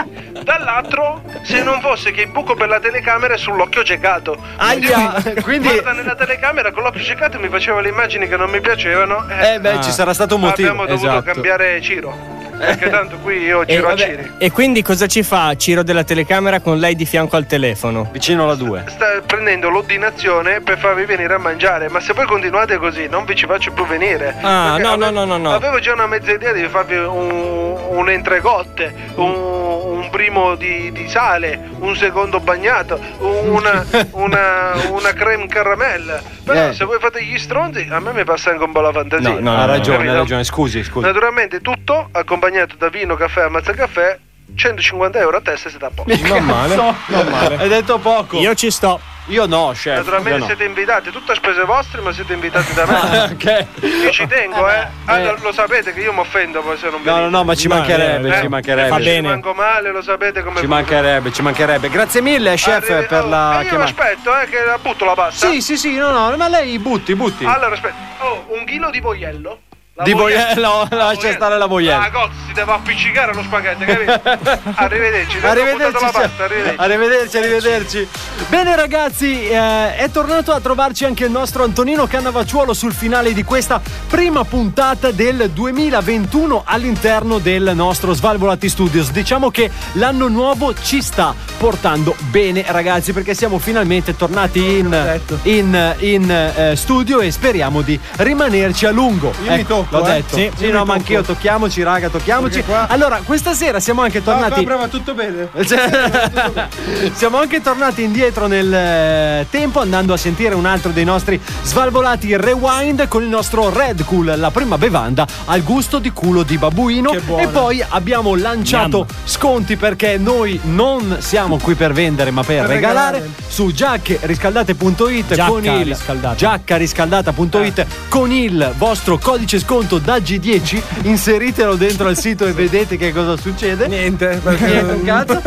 Dall'altro, se non fosse che il buco per la telecamera è sull'occhio ciecato.
Aia, quindi-
Guarda nella telecamera con l'occhio ciecato mi faceva le immagini che non mi piacevano.
Eh, beh,
Ah.
ci sarà stato un motivo,
Abbiamo dovuto
esatto. Eh.
cambiare Ciro. Perché tanto qui io
E,
giro a
vabbè,
Ciri.
e quindi cosa ci fa Ciro della telecamera con lei di fianco al telefono?
Vicino alla 2.
Sta prendendo l'ordinazione per farvi venire a mangiare, ma se voi continuate così non vi ci faccio più venire.
Ah,
Perché
no, no,
ave-
no, no, no.
Avevo già una mezza idea di farvi un, un entrecotte, un, un primo di, di sale, un secondo bagnato, un- una, una, una creme caramel. Però
Eh.
se voi fate gli stronzi, a me mi passa anche un po' la fantasia.
No, no, ha ragione,
Capito?
ha ragione. Scusi, scusi.
Naturalmente tutto accompagnato da vino, caffè, ammazza caffè, 150 euro a testa siete a posto.
Non male, non male. Hai detto poco.
Io ci sto.
Io no, chef.
Naturalmente
io Eh, no.
siete invitati, tutte a spese vostre, ma siete invitati da me. Io ci tengo, eh. Allora, lo sapete che io mi offendo poi se non
No, no, no, ma ci
No,
mancherebbe,
eh,
ci mancherebbe.
se Ci manco male, lo sapete come
Ci mancherebbe, ci mancherebbe. Grazie mille, chef,
Arrivi-
per
Oh,
la
e io
chiamata.
aspetto, eh, che la butto la pasta.
Sì, sì, sì, no, no, ma lei butti, butti.
Allora, aspetta. Oh, un chilo di boiello. La
Di boiello, lascia stare la boiella.
Ah, cozzo, si deve appiccicare lo spaghetto, capito? arrivederci. dopo ho
Arrivederci,
buttato
chef.
la pasta, arrivederci.
arrivederci, arrivederci. Bene ragazzi, eh, è tornato a trovarci anche il nostro Antonino Cannavacciuolo sul finale di questa prima puntata del 2021 all'interno del nostro Svalvolati Studios. Diciamo che l'anno nuovo ci sta portando bene ragazzi perché siamo finalmente tornati in, in- in, eh, studio e speriamo di rimanerci a lungo. Ecco,
Io mi tocco,
l'ho
eh.
detto.
Sì,
Sì,
io mi
no,
tocco.
ma anch'io tocchiamoci raga, tocchiamoci.
Perché qua- Ah,
Allora, questa sera siamo anche
Qua
tornati...
prova tutto bene.
Cioè, Siamo anche tornati indietro nel eh, tempo andando a sentire un altro dei nostri svalvolati rewind con il nostro Red Cool, la prima bevanda al gusto di culo di babuino. E poi abbiamo lanciato sconti perché noi non siamo qui per vendere ma per,
Per
regalare.
regalare.
su giaccheriscaldate.it
Giacca
con il
riscaldata.
giaccariscaldata.it con il vostro codice sconto da G10 inseritelo dentro al sito e vedete che cosa succede
Niente,
Niente, un cazzo.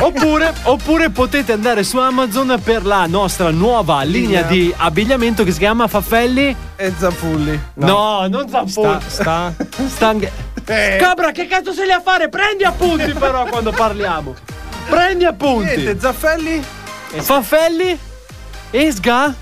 Oppure, oppure potete andare su Amazon per la nostra nuova
Linea.
linea, di abbigliamento che si chiama Faffelli.
E Zanfulli.
No, non Zamponi.
Sta.
Stang-
Eh.
Scabra, che cazzo sei lì a fare? Prendi appunti però quando parliamo. Prendi appunti.
Niente, Zaffelli?
Faffelli e Sga.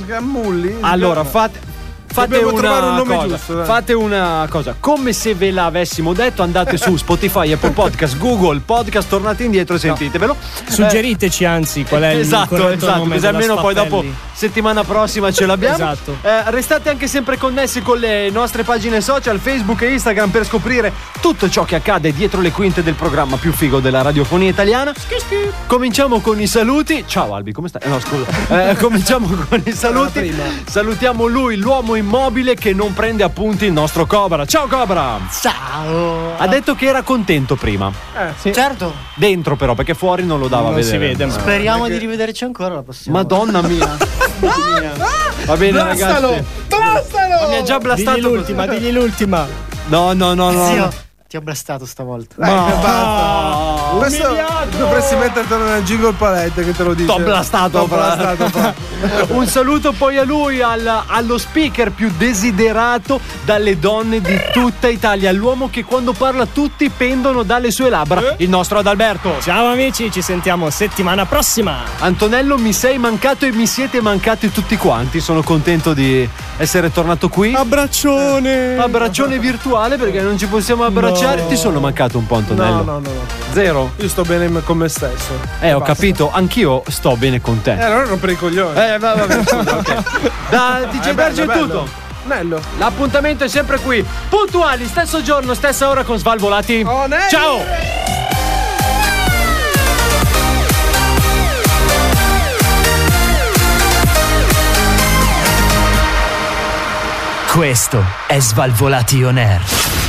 Sgammulli?
Allora,
Sgamma.
fate. Fate
Dobbiamo
una,
trovare un nome
cosa,
giusto, dai.
fate una cosa, come se ve l'avessimo detto, andate su Spotify, Apple Podcast, Google Podcast, tornate indietro e sentitevelo. Eh,
Suggeriteci anzi qual è il
esatto,
corretto
esatto,
nome
così
della
almeno poi dopo
Sfaffelli.
settimana prossima ce l'abbiamo.
Esatto.
Eh, restate anche sempre connessi con le nostre pagine social, Facebook e Instagram per scoprire tutto ciò che accade dietro le quinte del programma più figo della radiofonia italiana. Cominciamo con i saluti. Ciao Albi, come stai? Eh, No, scusa. Eh, cominciamo con i saluti. Salutiamo lui, l'uomo in immobile che non prende appunti il nostro Cobra. Ciao Cobra!
Ciao!
Ha detto che era contento prima.
Certo.
Dentro però, perché fuori non lo dava a
Non
vedere.
si vede, ma- Speriamo di rivederci ancora la prossima.
Madonna mia. Va bene ragazzi.
Blastalo!
Mi ha già blastato
Digli l'ultima,
così.
digli l'ultima.
No, no, no, no.
Zio,
no.
ti ho blastato stavolta.
Dai, che basta. Questo dovresti metterti nella jingle palette che te lo dice.
T'ho blastato,
T'ho
fra.
blastato, fra.
Un saluto poi a lui, al- allo speaker più desiderato dalle donne di tutta Italia, l'uomo che quando parla tutti pendono dalle sue labbra, il nostro Adalberto.
Ciao amici, ci sentiamo settimana prossima.
Antonello, mi sei mancato e mi siete mancati tutti quanti. Sono contento di essere tornato qui. Eh,
Abbraccione!
Abbraccione virtuale perché non ci possiamo abbracciare. Ti sono mancato un po', Antonello.
No, no, no, no.
Zero.
Io sto bene con me stesso.
Eh, ho
Basta.
capito, anch'io sto bene con te.
Eh, allora rompere i coglioni.
Eh, va, va bene, scusa, ok. Da
Eh,
DJ
bello,
Bergio è
bello.
tutto.
Bello.
L'appuntamento è sempre qui, puntuali, stesso giorno, stessa ora con Svalvolati. Ciao!
Questo è Svalvolation Air.